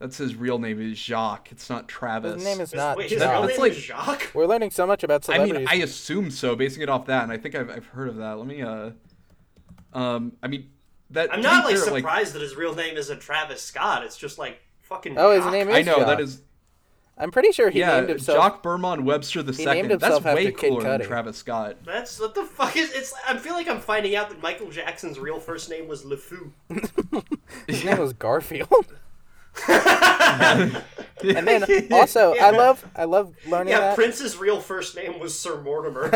Speaker 2: That's his real name is Jacques. It's not Travis.
Speaker 3: his name is not
Speaker 1: Wait, his
Speaker 3: John.
Speaker 1: real
Speaker 2: that's
Speaker 1: name
Speaker 2: like-
Speaker 1: is Jacques?
Speaker 3: We're learning so much about
Speaker 2: I mean,
Speaker 3: celebrities.
Speaker 2: I assume so, basing it off that, and I think I've, I've heard of that. Let me. Uh, um, I mean, that.
Speaker 1: I'm
Speaker 2: to be
Speaker 1: not like
Speaker 2: fair,
Speaker 1: surprised that his real name isn't Travis Scott. It's just like fucking.
Speaker 3: Oh, his
Speaker 1: Jacques.
Speaker 3: name is-
Speaker 2: I know that
Speaker 3: Jacques.
Speaker 2: is.
Speaker 3: I'm pretty sure he
Speaker 2: Yeah,
Speaker 3: named himself
Speaker 2: Jacques Bermond Webster the second. That's
Speaker 3: himself after
Speaker 2: way
Speaker 3: Kid
Speaker 2: cooler than
Speaker 3: Cudi.
Speaker 2: Travis Scott.
Speaker 1: That's what the fuck is. It's. I feel like I'm finding out that Michael Jackson's real first name was LeFou.
Speaker 3: his name was Garfield. And then also I love I love learning
Speaker 1: Yeah,
Speaker 3: that.
Speaker 1: Prince's real first name was Sir Mortimer.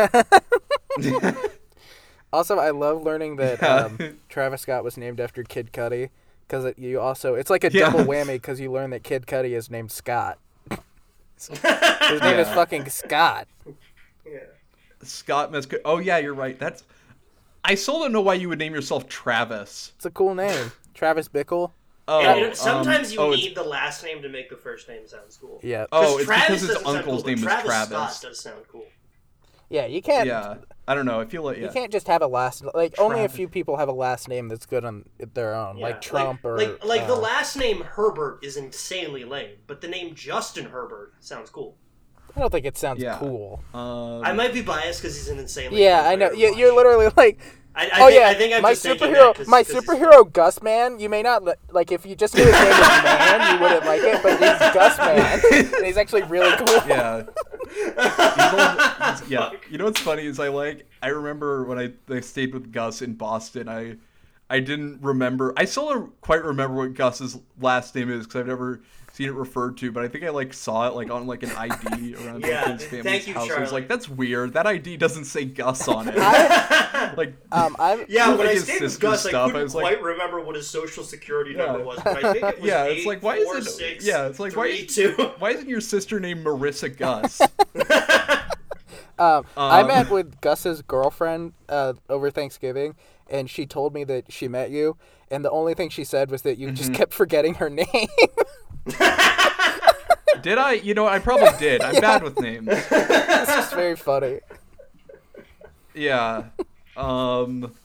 Speaker 3: Also, I love learning that
Speaker 2: Yeah.
Speaker 3: um, Travis Scott was named after Kid Cudi because you also it's like a
Speaker 2: Yeah.
Speaker 3: double whammy because you learn that Kid Cudi is named Scott. His name is
Speaker 2: Yeah.
Speaker 3: fucking Scott.
Speaker 1: yeah.
Speaker 2: Scott Mesco. Oh yeah, you're right. That's. I still don't know why you would name yourself Travis.
Speaker 3: It's a cool name, Travis Bickle.
Speaker 2: Oh,
Speaker 1: And
Speaker 2: um,
Speaker 1: sometimes you
Speaker 2: oh, it's-
Speaker 1: need the last name to make the first name sound cool.
Speaker 3: Yeah.
Speaker 2: Oh, it's
Speaker 1: Travis
Speaker 2: because his
Speaker 1: doesn't sound
Speaker 2: uncle's
Speaker 1: cool,
Speaker 2: name
Speaker 1: but
Speaker 2: was
Speaker 1: Travis.
Speaker 2: Travis.
Speaker 1: Scott does sound cool.
Speaker 3: Yeah, you can't.
Speaker 2: Yeah, I don't know. I feel like
Speaker 3: You
Speaker 2: yeah.
Speaker 3: can't just have a last like only a
Speaker 2: Travis.
Speaker 3: few people have a last name that's good on their own,
Speaker 1: Yeah,
Speaker 3: like Trump or
Speaker 1: like like the
Speaker 3: uh,
Speaker 1: last name Herbert is insanely lame, but the name Justin Herbert sounds cool.
Speaker 3: I don't think it sounds
Speaker 2: Yeah.
Speaker 3: cool.
Speaker 2: Um,
Speaker 1: I might be biased because he's an insanely
Speaker 3: Yeah,
Speaker 1: cool
Speaker 3: I
Speaker 1: player
Speaker 3: know.
Speaker 1: to
Speaker 3: You,
Speaker 1: watch.
Speaker 3: you're literally like,
Speaker 1: I, I
Speaker 3: oh
Speaker 1: think,
Speaker 3: yeah,
Speaker 1: I think I'm
Speaker 3: my
Speaker 1: just taking
Speaker 3: superhero,
Speaker 1: that 'cause-
Speaker 3: my
Speaker 1: 'cause he's-
Speaker 3: superhero Gus Man. You may not li- like if you just knew his name was Man, you wouldn't like it, but he's Gus Man, and he's actually really cool.
Speaker 2: yeah. He's old- he's- yeah. You know what's funny is I like I remember when I, I stayed with Gus in Boston. I I didn't remember. I still don't quite remember what Gus's last name is because I've never seen it referred to. But I think I like saw it like on like an ID around
Speaker 1: Yeah,
Speaker 2: his
Speaker 1: thank
Speaker 2: family's
Speaker 1: you,
Speaker 2: house. I was
Speaker 1: Charlie.
Speaker 2: like, that's weird. That ID doesn't say Gus on it. like
Speaker 3: Um, I'm
Speaker 1: Yeah,
Speaker 2: Like
Speaker 1: when I
Speaker 2: his
Speaker 1: stayed with
Speaker 2: sister's
Speaker 1: Gus, I
Speaker 2: stuff, I
Speaker 1: couldn't
Speaker 2: was like-
Speaker 1: quite remember what his social security number
Speaker 2: Yeah.
Speaker 1: was, but I think it was
Speaker 2: yeah,
Speaker 1: eight,
Speaker 2: it's like why
Speaker 1: four,
Speaker 2: isn't
Speaker 1: six,
Speaker 2: yeah, it's like why
Speaker 1: three,
Speaker 2: is-
Speaker 1: two.
Speaker 2: why isn't your sister named Marissa Gus?
Speaker 3: um, I
Speaker 2: Um.
Speaker 3: met with Gus's girlfriend uh, over Thanksgiving, and she told me that she met you, and the only thing she said was that you
Speaker 2: Mm-hmm.
Speaker 3: just kept forgetting her name.
Speaker 2: did I? You know, I probably did. I'm bad with names.
Speaker 3: it's just very funny.
Speaker 2: Yeah. Um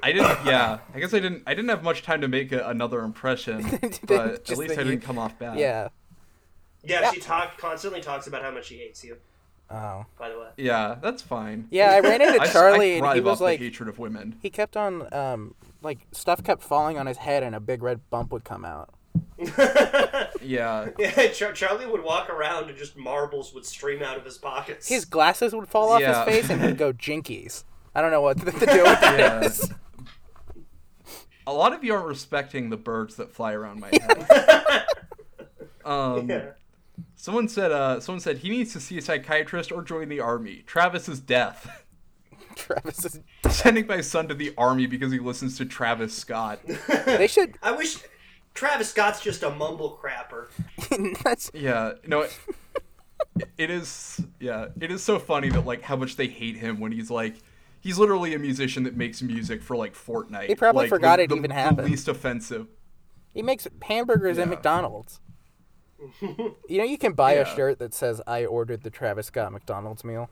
Speaker 2: I didn't yeah. I guess I didn't I didn't have much time to make a, another impression, but at
Speaker 3: Just
Speaker 2: least I
Speaker 3: that
Speaker 2: didn't
Speaker 3: you-
Speaker 2: come off bad.
Speaker 3: Yeah.
Speaker 1: Yeah, she talk, constantly talks about how much she hates you.
Speaker 3: Oh.
Speaker 1: By the way,
Speaker 2: Yeah, that's fine.
Speaker 3: Yeah, I ran
Speaker 2: I
Speaker 3: into
Speaker 2: s- I
Speaker 3: Charlie, and he
Speaker 2: thrive
Speaker 3: was
Speaker 2: off
Speaker 3: like,
Speaker 2: the hatred of women.
Speaker 3: he kept on um like stuff kept falling on his head and a big red bump would come out
Speaker 2: Yeah.
Speaker 1: yeah, Char- Charlie would walk around and just marbles would stream out of his pockets.
Speaker 3: his glasses would fall off
Speaker 2: Yeah.
Speaker 3: his face and he'd go jinkies i don't know what to do with that
Speaker 2: Yeah.
Speaker 3: is.
Speaker 2: A lot of you aren't respecting the birds that fly around my head. um
Speaker 1: Yeah.
Speaker 2: someone said uh someone said he needs to see a psychiatrist or join the army. Travis is death.
Speaker 3: Travis is.
Speaker 2: Sending my son to the army because he listens to Travis Scott.
Speaker 3: They should.
Speaker 1: I wish Travis Scott's just a mumble crapper.
Speaker 3: That's
Speaker 2: Yeah, no, it, it is. Yeah, it is so funny that like how much they hate him when he's like, he's literally a musician that makes music for like Fortnite.
Speaker 3: He probably
Speaker 2: Like,
Speaker 3: forgot
Speaker 2: the-
Speaker 3: it
Speaker 2: the-
Speaker 3: even
Speaker 2: the
Speaker 3: happened.
Speaker 2: least offensive.
Speaker 3: He makes hamburgers at
Speaker 2: Yeah.
Speaker 3: McDonald's. you know, you can buy a
Speaker 2: Yeah.
Speaker 3: shirt that says "I ordered the Travis Scott McDonald's meal,"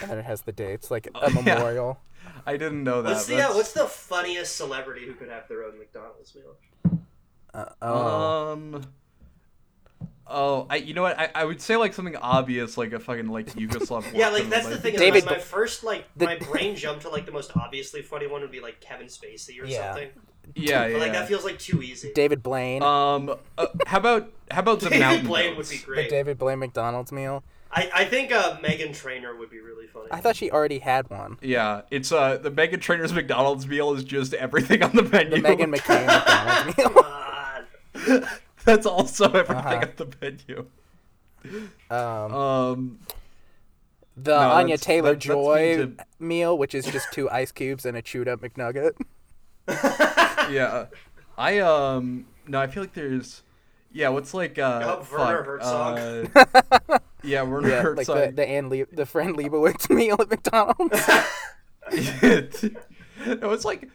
Speaker 3: and then it has the dates, like a memorial.
Speaker 2: I didn't know that.
Speaker 1: What's the, yeah,
Speaker 2: that's-
Speaker 1: what's the funniest celebrity who could have their own McDonald's meal?
Speaker 3: Oh,
Speaker 2: Um. Oh, I you know what? I, I would say like something obvious, like a fucking like Yugoslav.
Speaker 1: Yeah,
Speaker 2: war
Speaker 1: like
Speaker 2: criminal,
Speaker 1: that's
Speaker 2: but
Speaker 1: the thing.
Speaker 2: I think
Speaker 1: Is
Speaker 3: David-
Speaker 1: David, my first like
Speaker 3: the-
Speaker 1: my brain jumped to like the most obviously funny one would be like Kevin Spacey or
Speaker 3: Yeah.
Speaker 1: something.
Speaker 2: Yeah,
Speaker 1: But,
Speaker 2: yeah.
Speaker 1: like that feels like too easy.
Speaker 3: David Blaine,
Speaker 2: um. uh, how about how about the
Speaker 1: David
Speaker 2: mountain?
Speaker 1: Blaine would
Speaker 2: goats?
Speaker 1: be
Speaker 3: the
Speaker 1: great.
Speaker 3: David Blaine McDonald's meal.
Speaker 1: I, I think uh, Megan Trainor would be really funny.
Speaker 3: I thought she already had one.
Speaker 2: Yeah, it's uh the Megan Trainor's McDonald's meal is just everything on the menu.
Speaker 3: The Megan McCain McDonald's meal.
Speaker 1: God.
Speaker 2: That's also everything
Speaker 3: Uh-huh.
Speaker 2: on the menu.
Speaker 3: Um,
Speaker 2: Um.
Speaker 3: the
Speaker 2: no,
Speaker 3: Anya
Speaker 2: that's- that-
Speaker 3: Taylor
Speaker 2: that's mean
Speaker 3: Joy
Speaker 2: to-
Speaker 3: meal, which is just two ice cubes and a chewed up McNugget.
Speaker 2: Yeah. I um. No, I feel like there's. Yeah, what's like uh?
Speaker 1: Oh, Werner
Speaker 2: fuck,
Speaker 1: Herzog.
Speaker 2: Uh, yeah, Werner
Speaker 3: Yeah, like
Speaker 2: Herzog.
Speaker 3: the the Anne Le- the friend Leibowitz meal at McDonald's.
Speaker 2: no, it's like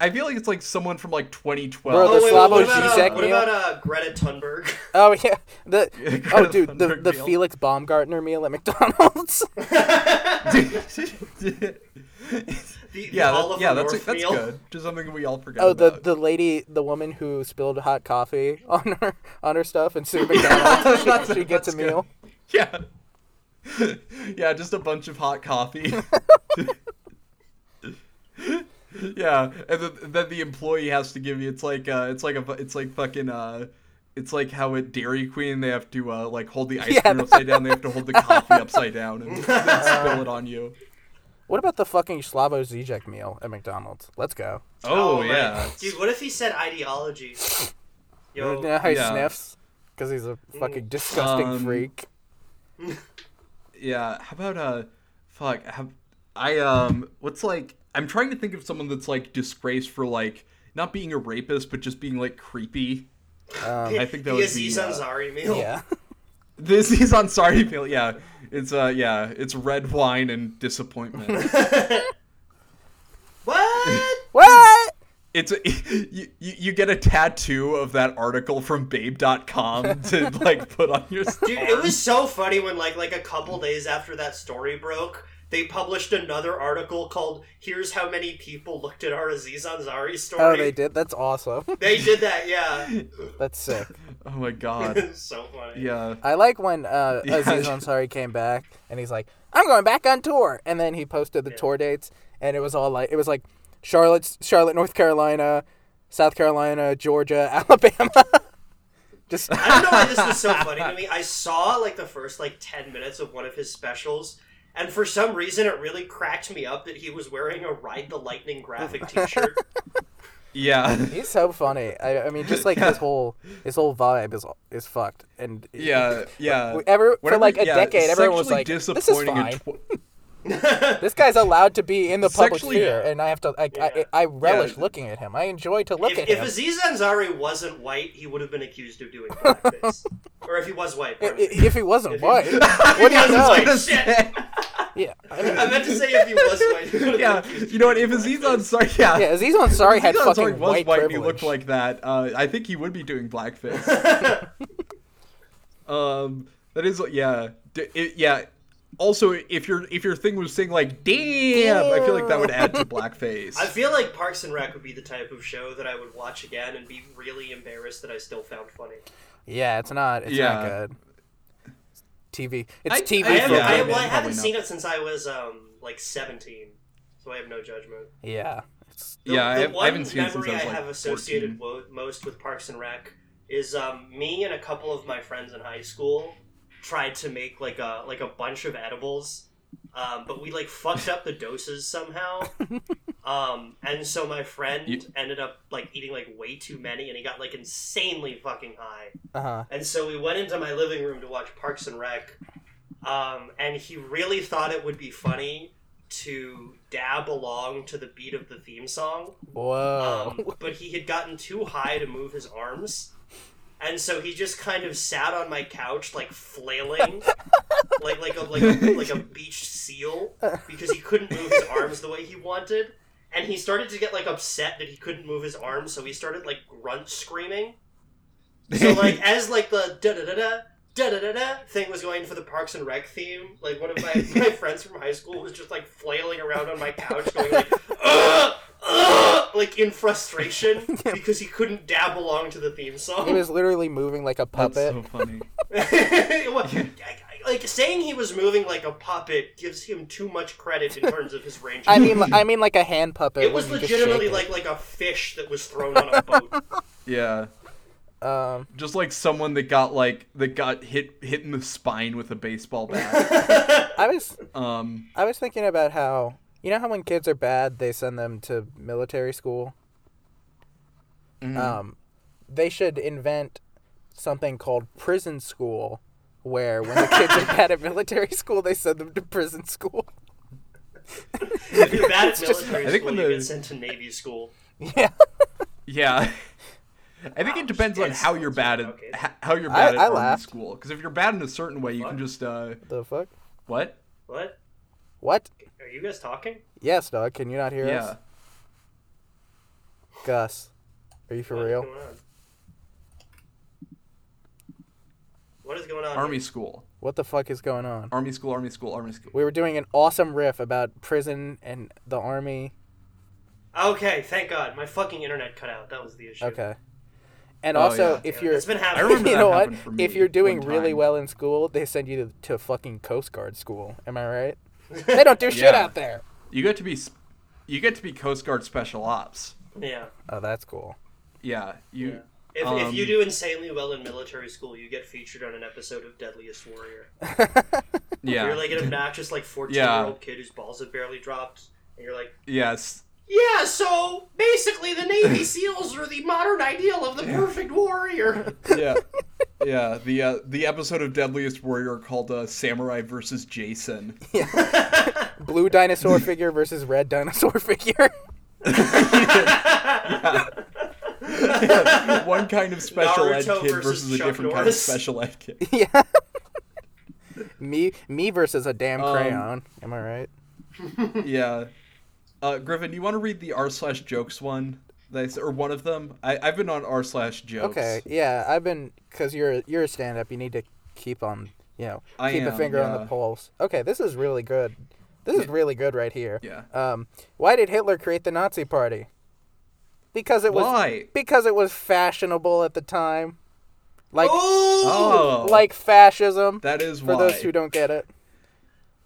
Speaker 2: I feel like it's like someone from like 2012.
Speaker 3: Bro, the
Speaker 1: oh, wait,
Speaker 3: Slavo
Speaker 1: what about, uh,
Speaker 3: Zizek
Speaker 1: what
Speaker 3: meal?
Speaker 1: about uh, Greta Thunberg?
Speaker 3: Oh yeah, the oh
Speaker 2: Greta
Speaker 3: dude, the,
Speaker 2: Thunberg
Speaker 3: the
Speaker 2: meal.
Speaker 3: Felix Baumgartner meal at McDonald's.
Speaker 1: uh, The, the
Speaker 2: yeah, that,
Speaker 1: Oliver
Speaker 2: yeah, that's
Speaker 1: North
Speaker 2: that's
Speaker 1: meal?
Speaker 2: good. Just something we all forgot.
Speaker 3: oh, the
Speaker 2: about.
Speaker 3: the lady, the woman who spilled hot coffee on her on her stuff, and Sue McDonald,
Speaker 2: That's-
Speaker 3: she, she gets a
Speaker 2: that's good.
Speaker 3: meal.
Speaker 2: yeah, yeah, just a bunch of hot coffee. yeah, and then, then the employee has to give you. It's like uh, it's like a it's like fucking uh. It's like how at Dairy Queen they have to uh, like hold the ice
Speaker 3: Yeah.
Speaker 2: cream upside down. They have to hold the coffee upside down and then spill it on you.
Speaker 3: What about the fucking Slavo Zizek meal at McDonald's? Let's go.
Speaker 2: Oh,
Speaker 1: my-
Speaker 2: yeah,
Speaker 1: dude. What if he said ideology? Yo,
Speaker 3: now he
Speaker 2: yeah.
Speaker 3: sniffs because he's a fucking disgusting
Speaker 2: Um,
Speaker 3: freak.
Speaker 2: Yeah. How about uh, fuck. How, I um, what's like? I'm trying to think of someone that's like disgraced for like not being a rapist, but just being like creepy.
Speaker 3: Um,
Speaker 2: I think that
Speaker 1: the
Speaker 2: would be,
Speaker 1: Aziz
Speaker 2: uh,
Speaker 1: Ansari meal.
Speaker 3: yeah,
Speaker 2: This is on sorry feel. Yeah, it's uh, yeah, it's red wine and disappointment.
Speaker 1: What?
Speaker 3: what?
Speaker 2: it's you, you you get a tattoo of that article from Babe.com to like put on your.
Speaker 1: Dude,
Speaker 2: arm.
Speaker 1: it was so funny when like like a couple days after that story broke, they published another article called "Here's How Many People Looked at Our Aziz Ansari Story."
Speaker 3: Oh, they did. That's awesome.
Speaker 1: They did that, yeah.
Speaker 3: That's sick.
Speaker 2: Oh my god.
Speaker 1: It's so funny.
Speaker 2: Yeah.
Speaker 3: I like when uh,
Speaker 2: Yeah.
Speaker 3: Aziz Ansari came back and he's like, "I'm going back on tour," and then he posted the tour dates, and it was all like, it was like Charlotte, Charlotte, North Carolina, South Carolina, Georgia, Alabama. Just
Speaker 1: I don't know why this was so funny to me. I saw like the first like ten minutes of one of his specials, and for some reason, it really cracked me up that he was wearing a "Ride the Lightning" graphic T-shirt.
Speaker 2: Yeah.
Speaker 3: he's so funny. I, I mean, just like his whole his whole vibe is is fucked. And
Speaker 2: Yeah. Yeah.
Speaker 3: ever for
Speaker 2: Whenever-
Speaker 3: like a
Speaker 2: yeah,
Speaker 3: decade, everyone was
Speaker 2: sexually
Speaker 3: like, "This is
Speaker 2: disappointing a
Speaker 3: fine.
Speaker 2: tw-
Speaker 3: this guy's allowed to be in the public
Speaker 2: Sexually-
Speaker 3: sphere," and I have to. I, I, I relish
Speaker 2: Yeah.
Speaker 3: looking at him. I enjoy to look
Speaker 1: if,
Speaker 3: at
Speaker 1: if
Speaker 3: him.
Speaker 1: Aziz Ansari wasn't white, he would have been accused of doing blackface, or if he was white.
Speaker 3: I-
Speaker 1: pardon me.
Speaker 3: if he wasn't white, what do
Speaker 1: I
Speaker 3: you
Speaker 1: was
Speaker 3: know?
Speaker 1: like, shit.
Speaker 3: Yeah, I mean,
Speaker 1: I meant to say if he was white. he would've
Speaker 2: yeah,
Speaker 1: been accused
Speaker 2: you know what?
Speaker 1: of
Speaker 2: If
Speaker 1: being
Speaker 2: Aziz
Speaker 1: blackface.
Speaker 2: Ansari, yeah,
Speaker 3: Yeah, Aziz Ansari had
Speaker 2: Aziz
Speaker 3: fucking
Speaker 2: Ansari was
Speaker 3: white,
Speaker 2: white and he
Speaker 3: privilege.
Speaker 2: looked like that, uh, I think he would be doing blackface. um, that is, yeah, D- it- yeah. Also, if your if your thing was saying like "damn," I feel like that would add to blackface.
Speaker 1: I feel like Parks and Rec would be the type of show that I would watch again and be really embarrassed that I still found funny.
Speaker 3: yeah, it's not. It's not
Speaker 2: Yeah.
Speaker 3: good. TV. It's
Speaker 2: I-
Speaker 3: TV.
Speaker 1: I, have,
Speaker 3: for
Speaker 2: yeah,
Speaker 1: I,
Speaker 3: women.
Speaker 1: well, I
Speaker 2: probably
Speaker 1: haven't
Speaker 2: not.
Speaker 1: seen it since I was um, like 17, so I have no judgment.
Speaker 3: yeah. It's-
Speaker 1: The,
Speaker 2: yeah, I,
Speaker 1: the
Speaker 2: have,
Speaker 1: one
Speaker 2: I haven't seen it since
Speaker 1: memory
Speaker 2: I was
Speaker 1: I
Speaker 2: like
Speaker 1: have associated
Speaker 2: 14.
Speaker 1: wo- most with Parks and Rec is um, me and a couple of my friends in high school tried to make like a like a bunch of edibles, um, but we like fucked up the doses somehow, um, and so my friend
Speaker 2: You-
Speaker 1: ended up like eating like way too many, and he got like insanely fucking high.
Speaker 3: Uh-huh.
Speaker 1: And so we went into my living room to watch Parks and Rec, um, and he really thought it would be funny to dab along to the beat of the theme song.
Speaker 3: Whoa.
Speaker 1: Um, but he had gotten too high to move his arms. And so he just kind of sat on my couch, like flailing, like like a like a, like a beached seal, because he couldn't move his arms the way he wanted. And he started to get like upset that he couldn't move his arms, so he started like grunt screaming. So like as like the da da da da da da da da thing was going for the Parks and Rec theme, like one of my, my friends from high school was just like flailing around on my couch, going like, Ugh! Ugh! like in frustration because he couldn't dab along to the theme song.
Speaker 3: he was literally moving like a
Speaker 2: That's
Speaker 3: puppet.
Speaker 2: so funny.
Speaker 1: It was- like saying he was moving like a puppet gives him too much credit in terms of his range.
Speaker 3: I mean, I mean, like a hand puppet.
Speaker 1: it was
Speaker 3: when you just
Speaker 1: legitimately
Speaker 3: shake
Speaker 1: like like a fish that was thrown on a boat.
Speaker 2: Yeah.
Speaker 3: it. Um,
Speaker 2: Just like someone that got like that got hit hit in the spine with a baseball bat.
Speaker 3: I was,
Speaker 2: Um
Speaker 3: I was thinking about how you know how when kids are bad, they send them to military school.
Speaker 2: Mm-hmm.
Speaker 3: Um, they should invent something called prison school, where when the kids are bad at military school, they send them to prison school.
Speaker 1: If you're bad at military
Speaker 2: I think
Speaker 1: school,
Speaker 2: when
Speaker 1: you
Speaker 2: the-
Speaker 1: get sent to Navy school.
Speaker 3: yeah,
Speaker 2: Yeah. I think
Speaker 1: Wow,
Speaker 2: it depends on
Speaker 1: it's-
Speaker 2: how you're bad at
Speaker 1: okay.
Speaker 2: h- how you're
Speaker 3: I-
Speaker 2: bad at
Speaker 3: I
Speaker 2: army
Speaker 3: laughed.
Speaker 2: school. Because if you're bad in a certain way, you can
Speaker 1: What?
Speaker 2: just uh
Speaker 3: the fuck?
Speaker 2: what?
Speaker 1: What?
Speaker 3: What?
Speaker 1: Are you guys talking?
Speaker 3: Yes, dog. Can you not hear
Speaker 2: Yeah.
Speaker 3: us? Gus, are you for
Speaker 1: What is
Speaker 3: real?
Speaker 1: going on? What is going on?
Speaker 2: Army school.
Speaker 3: What the fuck is going on?
Speaker 2: Army school, army school, army school.
Speaker 3: We were doing an awesome riff about prison and the army.
Speaker 1: Okay, thank God. My fucking internet cut out. That was the issue.
Speaker 3: Okay. And
Speaker 2: Oh,
Speaker 3: also,
Speaker 2: yeah.
Speaker 1: Yeah,
Speaker 3: if you're,
Speaker 1: it's been
Speaker 2: I
Speaker 1: happening.
Speaker 2: remember
Speaker 3: you
Speaker 2: that
Speaker 3: know
Speaker 2: happened for
Speaker 3: what,
Speaker 2: me
Speaker 3: if you're doing
Speaker 2: one
Speaker 3: really
Speaker 2: time.
Speaker 3: well in school, they send you to, to fucking Coast Guard school. Am I right? They don't do shit
Speaker 2: Yeah.
Speaker 3: out there.
Speaker 2: You get to be sp- you get to be Coast Guard special ops.
Speaker 1: Yeah.
Speaker 3: Oh, that's cool.
Speaker 2: Yeah. You
Speaker 1: Yeah. If, if
Speaker 2: Um,
Speaker 1: you do insanely well in military school, you get featured on an episode of Deadliest Warrior.
Speaker 2: yeah.
Speaker 1: You're like an obnoxious, like fourteen year old kid whose balls have barely dropped, and you're like,
Speaker 2: yes.
Speaker 1: yeah. So basically, the Navy SEALs are the modern ideal of the perfect warrior.
Speaker 2: Yeah. Yeah, the uh, the episode of Deadliest Warrior called uh, Samurai versus Jason.
Speaker 3: Blue dinosaur figure versus red dinosaur figure.
Speaker 2: One kind of special
Speaker 1: Naruto
Speaker 2: ed kid
Speaker 1: versus
Speaker 2: versus, a
Speaker 1: Chuck
Speaker 2: different kind of
Speaker 1: Norris.
Speaker 2: special ed kid.
Speaker 3: yeah. me, me versus a damn
Speaker 2: Um,
Speaker 3: crayon. Am I right?
Speaker 2: yeah. Uh, Griffin, do you want to read the r slash jokes one? That I s- or one of them? I, I've been on r slash jokes.
Speaker 3: Okay, yeah, I've been because you're you're a stand up. You need to keep on, you know,
Speaker 2: I
Speaker 3: keep a
Speaker 2: am,
Speaker 3: finger on the
Speaker 2: yeah.
Speaker 3: pulse. Okay, this is really good. This is really good right here.
Speaker 2: Yeah.
Speaker 3: Um, why did Hitler create the Nazi Party? Because it was
Speaker 2: Why?
Speaker 3: because it was fashionable at the time, like
Speaker 2: Oh.
Speaker 3: like fascism.
Speaker 2: that is
Speaker 3: for
Speaker 2: why.
Speaker 3: those who don't get it,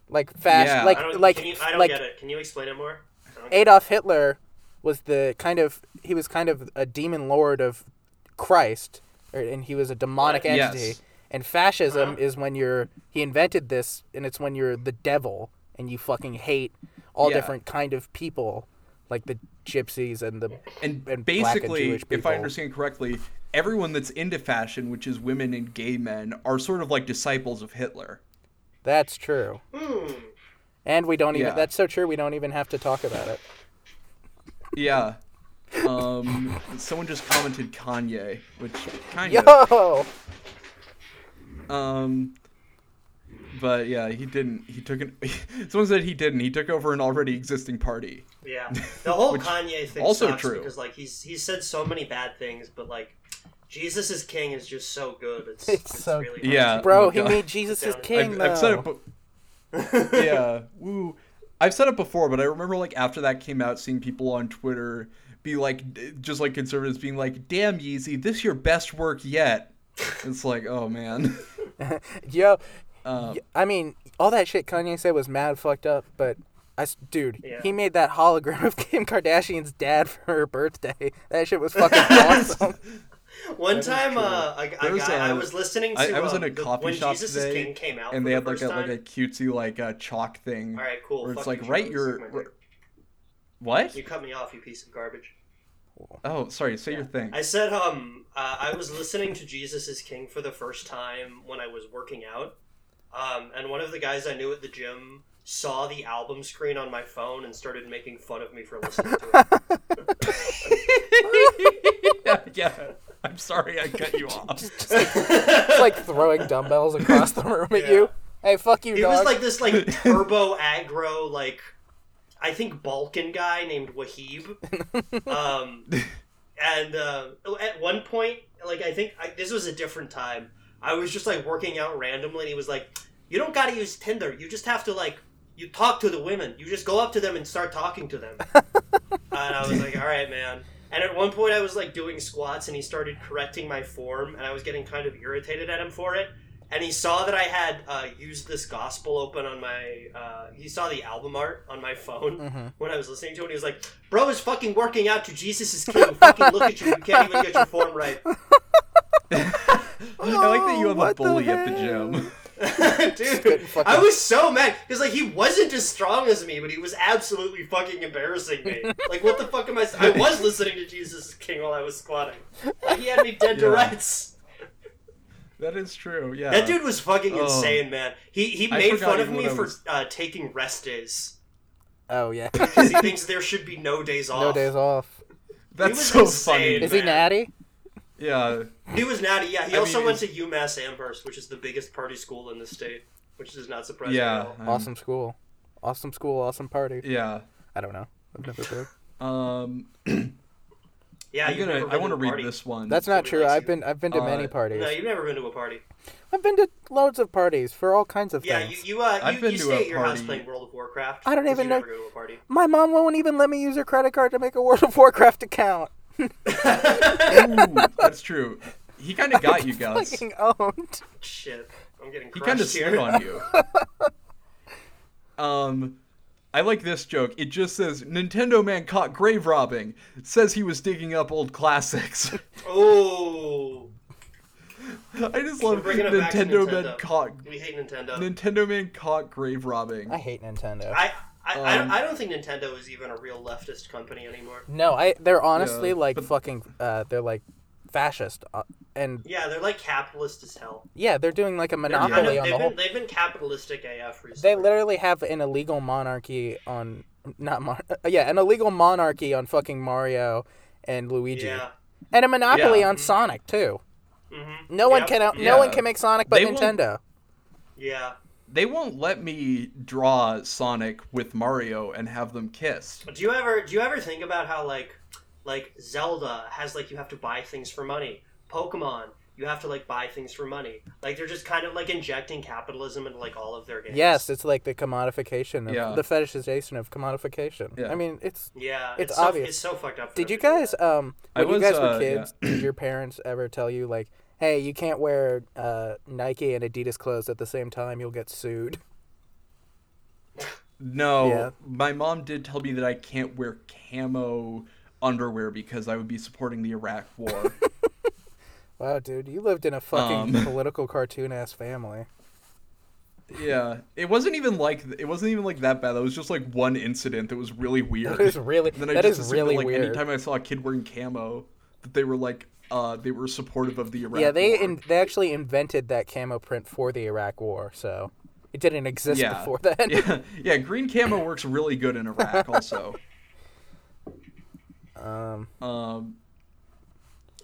Speaker 3: like fasc,
Speaker 2: Yeah.
Speaker 1: I
Speaker 3: like
Speaker 1: don't,
Speaker 3: like
Speaker 1: can you, I don't
Speaker 3: like
Speaker 1: get it. Can you explain it more? I don't-
Speaker 3: Adolf Hitler was the kind of he was kind of a demon lord of Christ, or, and he was a demonic
Speaker 1: Right.
Speaker 2: Yes.
Speaker 3: entity. And fascism
Speaker 1: Uh-huh.
Speaker 3: is when you're he invented this, and it's when you're the devil and you fucking hate all
Speaker 2: Yeah.
Speaker 3: different kind of people, like the gypsies and the
Speaker 2: and,
Speaker 3: and black and
Speaker 2: basically,
Speaker 3: Jewish
Speaker 2: if I
Speaker 3: people.
Speaker 2: understand correctly, everyone that's into fashion, which is women and gay men, are sort of like disciples of Hitler.
Speaker 3: that's true.
Speaker 1: hmm.
Speaker 3: And we don't even
Speaker 2: Yeah.
Speaker 3: that's so true. We don't even have to talk about it.
Speaker 2: Yeah. Um, someone just commented Kanye, which kind of.
Speaker 3: Yo,
Speaker 2: Um, but yeah, he didn't. He took an. Someone said he didn't. He took over an already existing party.
Speaker 1: Yeah, the whole Kanye thing
Speaker 2: also
Speaker 1: sucks
Speaker 2: true.
Speaker 1: because like he's he's said so many bad things, but like Jesus is King is just so good. It's,
Speaker 3: It's
Speaker 1: it's,
Speaker 3: so-
Speaker 1: really hard
Speaker 2: Yeah,
Speaker 1: to-
Speaker 3: bro,
Speaker 2: Oh my
Speaker 3: he
Speaker 2: God.
Speaker 3: made Jesus his
Speaker 1: I've-
Speaker 3: king
Speaker 2: I've,
Speaker 3: though.
Speaker 2: I've said it. Be- yeah, woo. I've said it before, but I remember like after that came out, seeing people on Twitter be like, d- just like conservatives being like, "Damn Yeezy, this your best work yet." It's like, oh man.
Speaker 3: Yo,
Speaker 2: Uh,
Speaker 3: y- I mean, all that shit Kanye said was mad fucked up, but I, s- dude,
Speaker 1: Yeah.
Speaker 3: he made that hologram of Kim Kardashian's dad for her birthday. That shit was fucking awesome.
Speaker 1: One time, uh, a, a
Speaker 2: There was
Speaker 1: guy,
Speaker 2: a-
Speaker 1: I was listening to.
Speaker 2: I, I was
Speaker 1: uh,
Speaker 2: in a
Speaker 1: the-
Speaker 2: coffee
Speaker 1: when
Speaker 2: shop
Speaker 1: Jesus
Speaker 2: today,
Speaker 1: is King came out,
Speaker 2: and
Speaker 1: for
Speaker 2: they
Speaker 1: the
Speaker 2: had like
Speaker 1: first
Speaker 2: a
Speaker 1: time.
Speaker 2: like a cutesy like uh, chalk thing,
Speaker 1: All right, cool.
Speaker 2: where it's
Speaker 1: fuck
Speaker 2: like
Speaker 1: you, Charles,
Speaker 2: write your
Speaker 1: suck my dick.
Speaker 2: what?
Speaker 1: You cut me off, you piece of garbage.
Speaker 2: Oh, sorry, say your thing.
Speaker 1: I said, um, uh, I was listening to Jesus is King for the first time when I was working out, um, and one of the guys I knew at the gym saw the album screen on my phone and started making fun of me for listening to it.
Speaker 2: yeah, yeah. I'm sorry I cut you off.
Speaker 3: It's like throwing dumbbells across the room at you. Hey, fuck you,
Speaker 1: He
Speaker 3: dog.
Speaker 1: was like this like turbo aggro like I think Balkan guy named Wahib. Um, and uh, at one point, like I think I, this was a different time. I was just like working out randomly, and he was like, "You don't gotta use Tinder. You just have to like you talk to the women. You just go up to them and start talking to them." and I was like, "All right, man." And at one point, I was like doing squats, and he started correcting my form, and I was getting kind of irritated at him for it. And he saw that I had uh, used this gospel open on my. Uh, he saw the album art on my phone when I was listening to it. And he was like, "Bro is fucking working out to Jesus is King. fucking look at you. You can't even get your form right,
Speaker 2: I like that you have a
Speaker 3: what the
Speaker 2: bully at the
Speaker 3: hell?
Speaker 2: gym.
Speaker 1: dude."
Speaker 3: fucking-
Speaker 1: I was so mad because like he wasn't as strong as me, but he was absolutely fucking embarrassing me. like, what the fuck am I? I was listening to Jesus is King while I was squatting. Like, he had me dead to
Speaker 2: Yeah.
Speaker 1: rights.
Speaker 2: That is true. Yeah.
Speaker 1: That dude was fucking
Speaker 2: Oh.
Speaker 1: insane, man. He he
Speaker 2: I
Speaker 1: made
Speaker 2: forgot
Speaker 1: fun of
Speaker 2: even
Speaker 1: me
Speaker 2: what I
Speaker 1: for
Speaker 2: was-
Speaker 1: uh, taking rest days
Speaker 3: oh yeah,
Speaker 1: because he thinks there should be no days off.
Speaker 3: no days off.
Speaker 2: That's
Speaker 1: was
Speaker 2: so
Speaker 1: insane.
Speaker 2: funny.
Speaker 3: Is he
Speaker 1: Man.
Speaker 3: natty?
Speaker 2: Yeah.
Speaker 1: He was natty. Yeah, he
Speaker 2: I
Speaker 1: also
Speaker 2: mean,
Speaker 1: went to UMass Amherst, which is the biggest party school in the state, which is not surprising.
Speaker 2: Yeah.
Speaker 1: At all.
Speaker 2: um,
Speaker 3: Awesome school, awesome school, awesome party.
Speaker 2: Yeah.
Speaker 3: I don't know. I've never been.
Speaker 2: Um,
Speaker 1: Yeah,
Speaker 2: I'm
Speaker 1: you've
Speaker 2: gonna.
Speaker 1: never
Speaker 2: I
Speaker 1: been
Speaker 2: want to
Speaker 1: a
Speaker 2: read
Speaker 1: party.
Speaker 2: this one.
Speaker 3: That's not
Speaker 1: Nobody
Speaker 3: true.
Speaker 1: likes
Speaker 3: I've
Speaker 1: you.
Speaker 3: been I've been to many
Speaker 2: Uh,
Speaker 3: parties.
Speaker 1: No, you've never been to a party.
Speaker 3: I've been to loads of parties for all kinds of
Speaker 1: Yeah, you
Speaker 3: things.
Speaker 1: you uh,
Speaker 2: I've
Speaker 1: you,
Speaker 2: been
Speaker 1: you
Speaker 2: to
Speaker 1: stay
Speaker 2: a
Speaker 1: at your house
Speaker 2: party.
Speaker 1: playing World of Warcraft.
Speaker 3: I don't
Speaker 1: 'cause
Speaker 3: even
Speaker 1: you
Speaker 3: know-
Speaker 1: Never go to a party.
Speaker 3: My mom won't even let me use her credit card to make a World of Warcraft account.
Speaker 2: Ooh, that's true. He kind of got you, Gus.
Speaker 3: Fucking owned.
Speaker 1: Shit, I'm getting
Speaker 2: He kind of
Speaker 1: crushed
Speaker 2: slid
Speaker 1: here.
Speaker 2: on you. um, I like this joke. It just says Nintendo man caught grave robbing. Says he was digging up old classics.
Speaker 1: Oh,
Speaker 2: I just love
Speaker 1: bringing it back to
Speaker 2: Nintendo, man
Speaker 1: Nintendo.
Speaker 2: caught
Speaker 1: we hate Nintendo.
Speaker 2: Nintendo man caught grave robbing.
Speaker 3: I hate Nintendo.
Speaker 1: I I,
Speaker 2: Um,
Speaker 1: I I don't think Nintendo is even a real leftist company anymore.
Speaker 3: No, I they're honestly
Speaker 2: Yeah,
Speaker 3: like
Speaker 2: but-
Speaker 3: fucking uh they're like fascist uh, and
Speaker 1: Yeah, they're like capitalist as hell.
Speaker 3: yeah, they're doing like a
Speaker 1: They're kind of,
Speaker 3: monopoly
Speaker 1: they've,
Speaker 3: on the
Speaker 1: been,
Speaker 3: whole
Speaker 1: they've been capitalistic AF recently.
Speaker 3: They literally have an illegal monarchy on not mon- uh, yeah, an illegal monarchy on fucking Mario and Luigi.
Speaker 1: yeah.
Speaker 3: And a monopoly
Speaker 2: Yeah.
Speaker 3: on Sonic too.
Speaker 1: Mhm.
Speaker 3: No one
Speaker 1: Yep.
Speaker 3: can out- no one
Speaker 2: Yeah.
Speaker 3: can make Sonic but
Speaker 2: They won't-
Speaker 3: Nintendo.
Speaker 1: Yeah.
Speaker 2: They won't let me draw Sonic with Mario and have them kiss.
Speaker 1: Do you ever do you ever think about how like like Zelda has like you have to buy things for money. Pokemon, you have to like buy things for money. Like they're just kind of like injecting capitalism into like all of their games.
Speaker 3: Yes, it's like the commodification of
Speaker 2: Yeah.
Speaker 3: the fetishization of commodification.
Speaker 2: Yeah.
Speaker 3: I mean, it's
Speaker 1: Yeah.
Speaker 3: It's
Speaker 1: so,
Speaker 3: obvious.
Speaker 1: It's so fucked up. for
Speaker 3: Did
Speaker 1: them
Speaker 3: you
Speaker 1: to do
Speaker 3: guys
Speaker 1: that.
Speaker 3: um
Speaker 2: I
Speaker 3: when you
Speaker 2: was,
Speaker 3: guys were
Speaker 2: uh, yeah.
Speaker 3: kids, did your parents ever tell you like, "Hey, you can't wear uh, Nike and Adidas clothes at the same time; you'll get sued."
Speaker 2: No,
Speaker 3: Yeah.
Speaker 2: my mom did tell me that I can't wear camo underwear because I would be supporting the Iraq War.
Speaker 3: Wow, dude, you lived in a fucking
Speaker 2: Um.
Speaker 3: political cartoon ass family.
Speaker 2: yeah, it wasn't even like it wasn't even like that bad. That was just like one incident that was really weird.
Speaker 3: That is really
Speaker 2: And then I
Speaker 3: that
Speaker 2: just
Speaker 3: is
Speaker 2: assumed that,
Speaker 3: really
Speaker 2: like
Speaker 3: weird.
Speaker 2: anytime I saw a kid wearing camo, that they were like uh they were supportive of the Iraq.
Speaker 3: yeah, they
Speaker 2: War.
Speaker 3: in, they actually invented that camo print for the Iraq War, so it didn't exist
Speaker 2: Yeah.
Speaker 3: before then.
Speaker 2: yeah, yeah, green camo works really good in Iraq. Also,
Speaker 3: Um,
Speaker 2: um,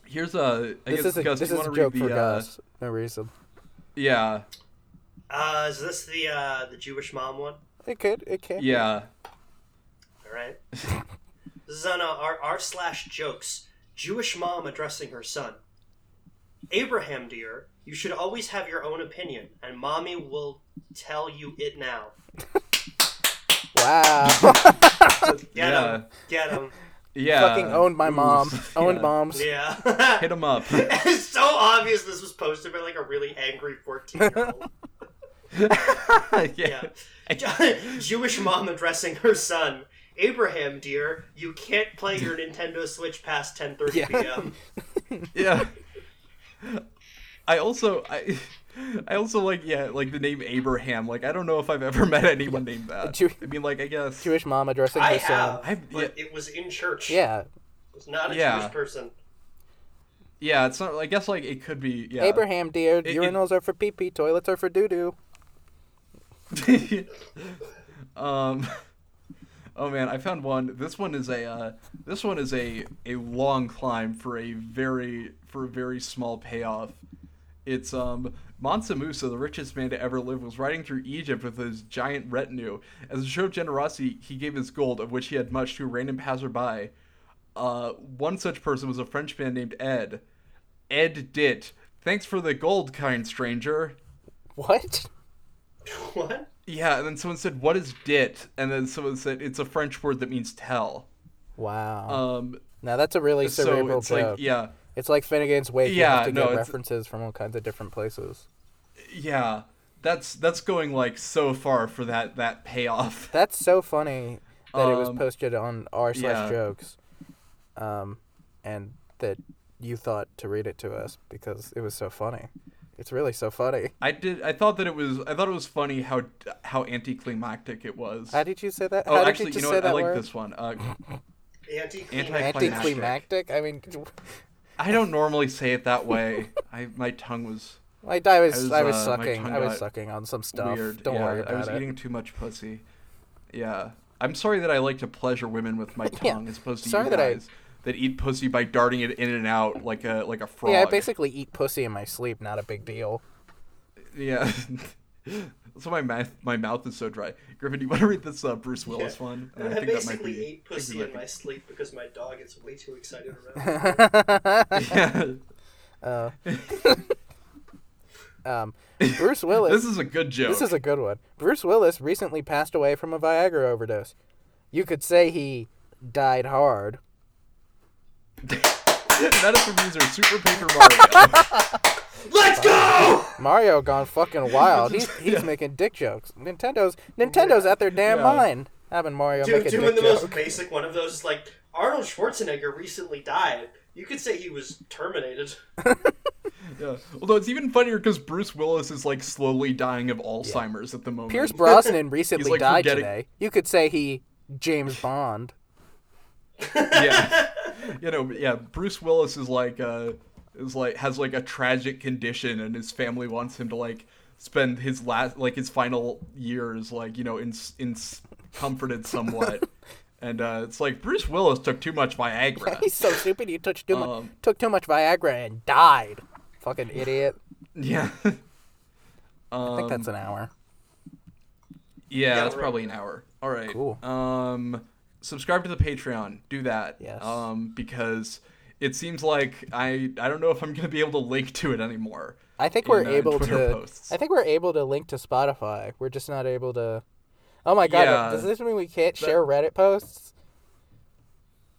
Speaker 2: here's a. I
Speaker 3: this
Speaker 2: guess
Speaker 3: is a,
Speaker 2: Gus,
Speaker 3: this
Speaker 2: do
Speaker 3: is
Speaker 2: you
Speaker 3: a
Speaker 2: want to
Speaker 3: joke
Speaker 2: read the?
Speaker 3: for
Speaker 2: uh,
Speaker 3: Gus. No reason.
Speaker 2: Yeah,
Speaker 1: Uh, is this the uh, the Jewish mom one?
Speaker 3: It could. It can.
Speaker 2: yeah.
Speaker 1: All right. this is on uh, r r slash jokes. Jewish mom addressing her son. Abraham, dear, you should always have your own opinion, and mommy will tell you it now.
Speaker 3: Wow.
Speaker 1: Get
Speaker 2: yeah.
Speaker 1: him. Get him.
Speaker 2: Yeah.
Speaker 3: fucking owned my
Speaker 2: Uh, Ooh,
Speaker 3: mom. Owned
Speaker 2: yeah.
Speaker 3: moms.
Speaker 1: Yeah.
Speaker 2: Hit him up.
Speaker 1: it's so obvious this was posted by like a really angry 14 year old.
Speaker 2: yeah.
Speaker 1: Yeah. Jewish mom addressing her son. Abraham, dear, you can't play your Nintendo Switch past 10:30
Speaker 3: Yeah.
Speaker 1: p.m.
Speaker 2: Yeah. I also I I also like yeah, like the name Abraham. Like I don't know if I've ever met anyone named that.
Speaker 3: Jew-
Speaker 2: I mean like I guess
Speaker 3: Jewish mom addressing
Speaker 1: I
Speaker 3: her
Speaker 1: have,
Speaker 3: son.
Speaker 2: I've-
Speaker 1: but it was in church.
Speaker 3: uh, Yeah.
Speaker 1: It was not a
Speaker 2: Yeah.
Speaker 1: Jewish person.
Speaker 2: Yeah, it's not I guess like it could be yeah.
Speaker 3: Abraham, dear,
Speaker 2: it-
Speaker 3: urinals are for pee pee, toilets are for doo doo.
Speaker 2: Um, oh man, I found one. This one is a uh, this one is a a long climb for a very for a very small payoff. It's um Mansa Musa, the richest man to ever live, was riding through Egypt with his giant retinue. As a show of generosity, he gave his gold, of which he had much, to a random passerby. Uh, one such person was a Frenchman named Ed. Ed Dit. Thanks for the gold, kind stranger.
Speaker 3: What?
Speaker 1: What?
Speaker 2: Yeah, and then someone said, "What is dit?" And then someone said, "It's a French word that means tell."
Speaker 3: Wow.
Speaker 2: Um,
Speaker 3: now that's a really
Speaker 2: so
Speaker 3: cerebral
Speaker 2: it's
Speaker 3: joke.
Speaker 2: like, yeah,
Speaker 3: It's like Finnegan's Wake. you
Speaker 2: Yeah,
Speaker 3: have to
Speaker 2: no,
Speaker 3: get
Speaker 2: it's-
Speaker 3: references from all kinds of different places.
Speaker 2: yeah, that's that's going like so far for that that payoff.
Speaker 3: That's so funny that it was
Speaker 2: Um,
Speaker 3: posted on r
Speaker 2: yeah.
Speaker 3: slash jokes, um, and that you thought to read it to us because it was so funny. It's really so funny.
Speaker 2: I did. I thought that it was. I thought it was funny how how anticlimactic it was.
Speaker 3: How did you say that?
Speaker 2: oh,
Speaker 3: How
Speaker 2: actually,
Speaker 3: did you
Speaker 2: know what?
Speaker 3: just say that
Speaker 2: I like
Speaker 3: word?
Speaker 2: this one. Uh,
Speaker 1: Anti.
Speaker 2: Anti-
Speaker 3: Anticlimactic. I mean,
Speaker 2: I don't normally say it that way. I my tongue was
Speaker 3: my I was I was,
Speaker 2: was, uh, my
Speaker 3: sucking
Speaker 2: tongue
Speaker 3: I was
Speaker 2: got
Speaker 3: sucking on some stuff.
Speaker 2: weird.
Speaker 3: Don't
Speaker 2: yeah,
Speaker 3: worry
Speaker 2: I was
Speaker 3: about it.
Speaker 2: eating too much pussy. Yeah. I'm sorry that I like to pleasure women with my
Speaker 3: Yeah.
Speaker 2: tongue as opposed to
Speaker 3: Sorry
Speaker 2: you
Speaker 3: that I-
Speaker 2: guys that eat pussy by darting it in and out like a like a frog.
Speaker 3: Yeah, I basically eat pussy in my sleep. Not a big deal.
Speaker 2: Yeah. That's why my mouth my mouth is so dry. Griffin, do you want to read this uh, Bruce Willis
Speaker 1: Yeah.
Speaker 2: one?
Speaker 1: I, basically ate
Speaker 2: I think
Speaker 1: pussy
Speaker 2: we
Speaker 1: in my
Speaker 2: might
Speaker 1: sleep because my dog gets way too excited around. me.
Speaker 2: be- Yeah.
Speaker 3: Uh, um, Bruce Willis.
Speaker 2: This is a good joke.
Speaker 3: This is a good one. Bruce Willis recently passed away from a Viagra overdose. You could say he died hard.
Speaker 2: that is from user Super Paper Mario.
Speaker 1: Let's go!
Speaker 3: Mario gone fucking wild.
Speaker 2: This
Speaker 3: He's,
Speaker 2: is-
Speaker 3: he's making dick jokes. Nintendo's Nintendo's at their damn
Speaker 2: Yeah.
Speaker 3: mind. Having Mario
Speaker 1: Dude,
Speaker 3: make a
Speaker 1: doing
Speaker 3: dick
Speaker 1: the
Speaker 3: joke.
Speaker 1: most basic one of those is like Arnold Schwarzenegger recently died. You could say he was terminated.
Speaker 2: yeah. Although it's even funnier because Bruce Willis is like slowly dying of Alzheimer's at the moment.
Speaker 3: Pierce Brosnan recently
Speaker 2: like
Speaker 3: died
Speaker 2: forgetting-
Speaker 3: today. You could say he James Bond.
Speaker 2: yeah you know yeah bruce willis is like uh is like has like a tragic condition and his family wants him to like spend his last like his final years like you know in in comforted somewhat and uh it's like bruce willis took too much viagra
Speaker 3: He's so stupid. He took too much
Speaker 2: Um.
Speaker 3: took too much Viagra and died. Fucking idiot.
Speaker 2: yeah
Speaker 3: I think
Speaker 2: um,
Speaker 3: that's an hour.
Speaker 2: yeah that's
Speaker 1: right.
Speaker 2: probably an hour all right
Speaker 3: Cool.
Speaker 2: um subscribe to the patreon do that
Speaker 3: Yes.
Speaker 2: um because it seems like i i don't know if i'm gonna be able to link to it anymore
Speaker 3: I think we're
Speaker 2: in, uh,
Speaker 3: able
Speaker 2: Twitter
Speaker 3: to.
Speaker 2: posts.
Speaker 3: I think we're able to link to Spotify. We're just not able to. Oh my god!
Speaker 2: Yeah.
Speaker 3: Does this mean we can't share Reddit posts?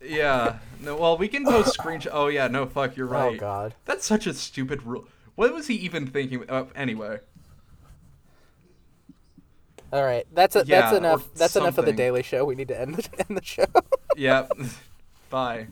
Speaker 2: Yeah. No. Well, we can post screenshots. Oh yeah. No. Fuck. You're right.
Speaker 3: Oh god!
Speaker 2: That's such a stupid rule. What was he even thinking? Uh, anyway.
Speaker 3: All right, that's a,
Speaker 2: Yeah,
Speaker 3: that's
Speaker 2: or
Speaker 3: enough. That's enough of the
Speaker 2: something.
Speaker 3: Daily Show. We need to end the end the show.
Speaker 2: Yep. Bye.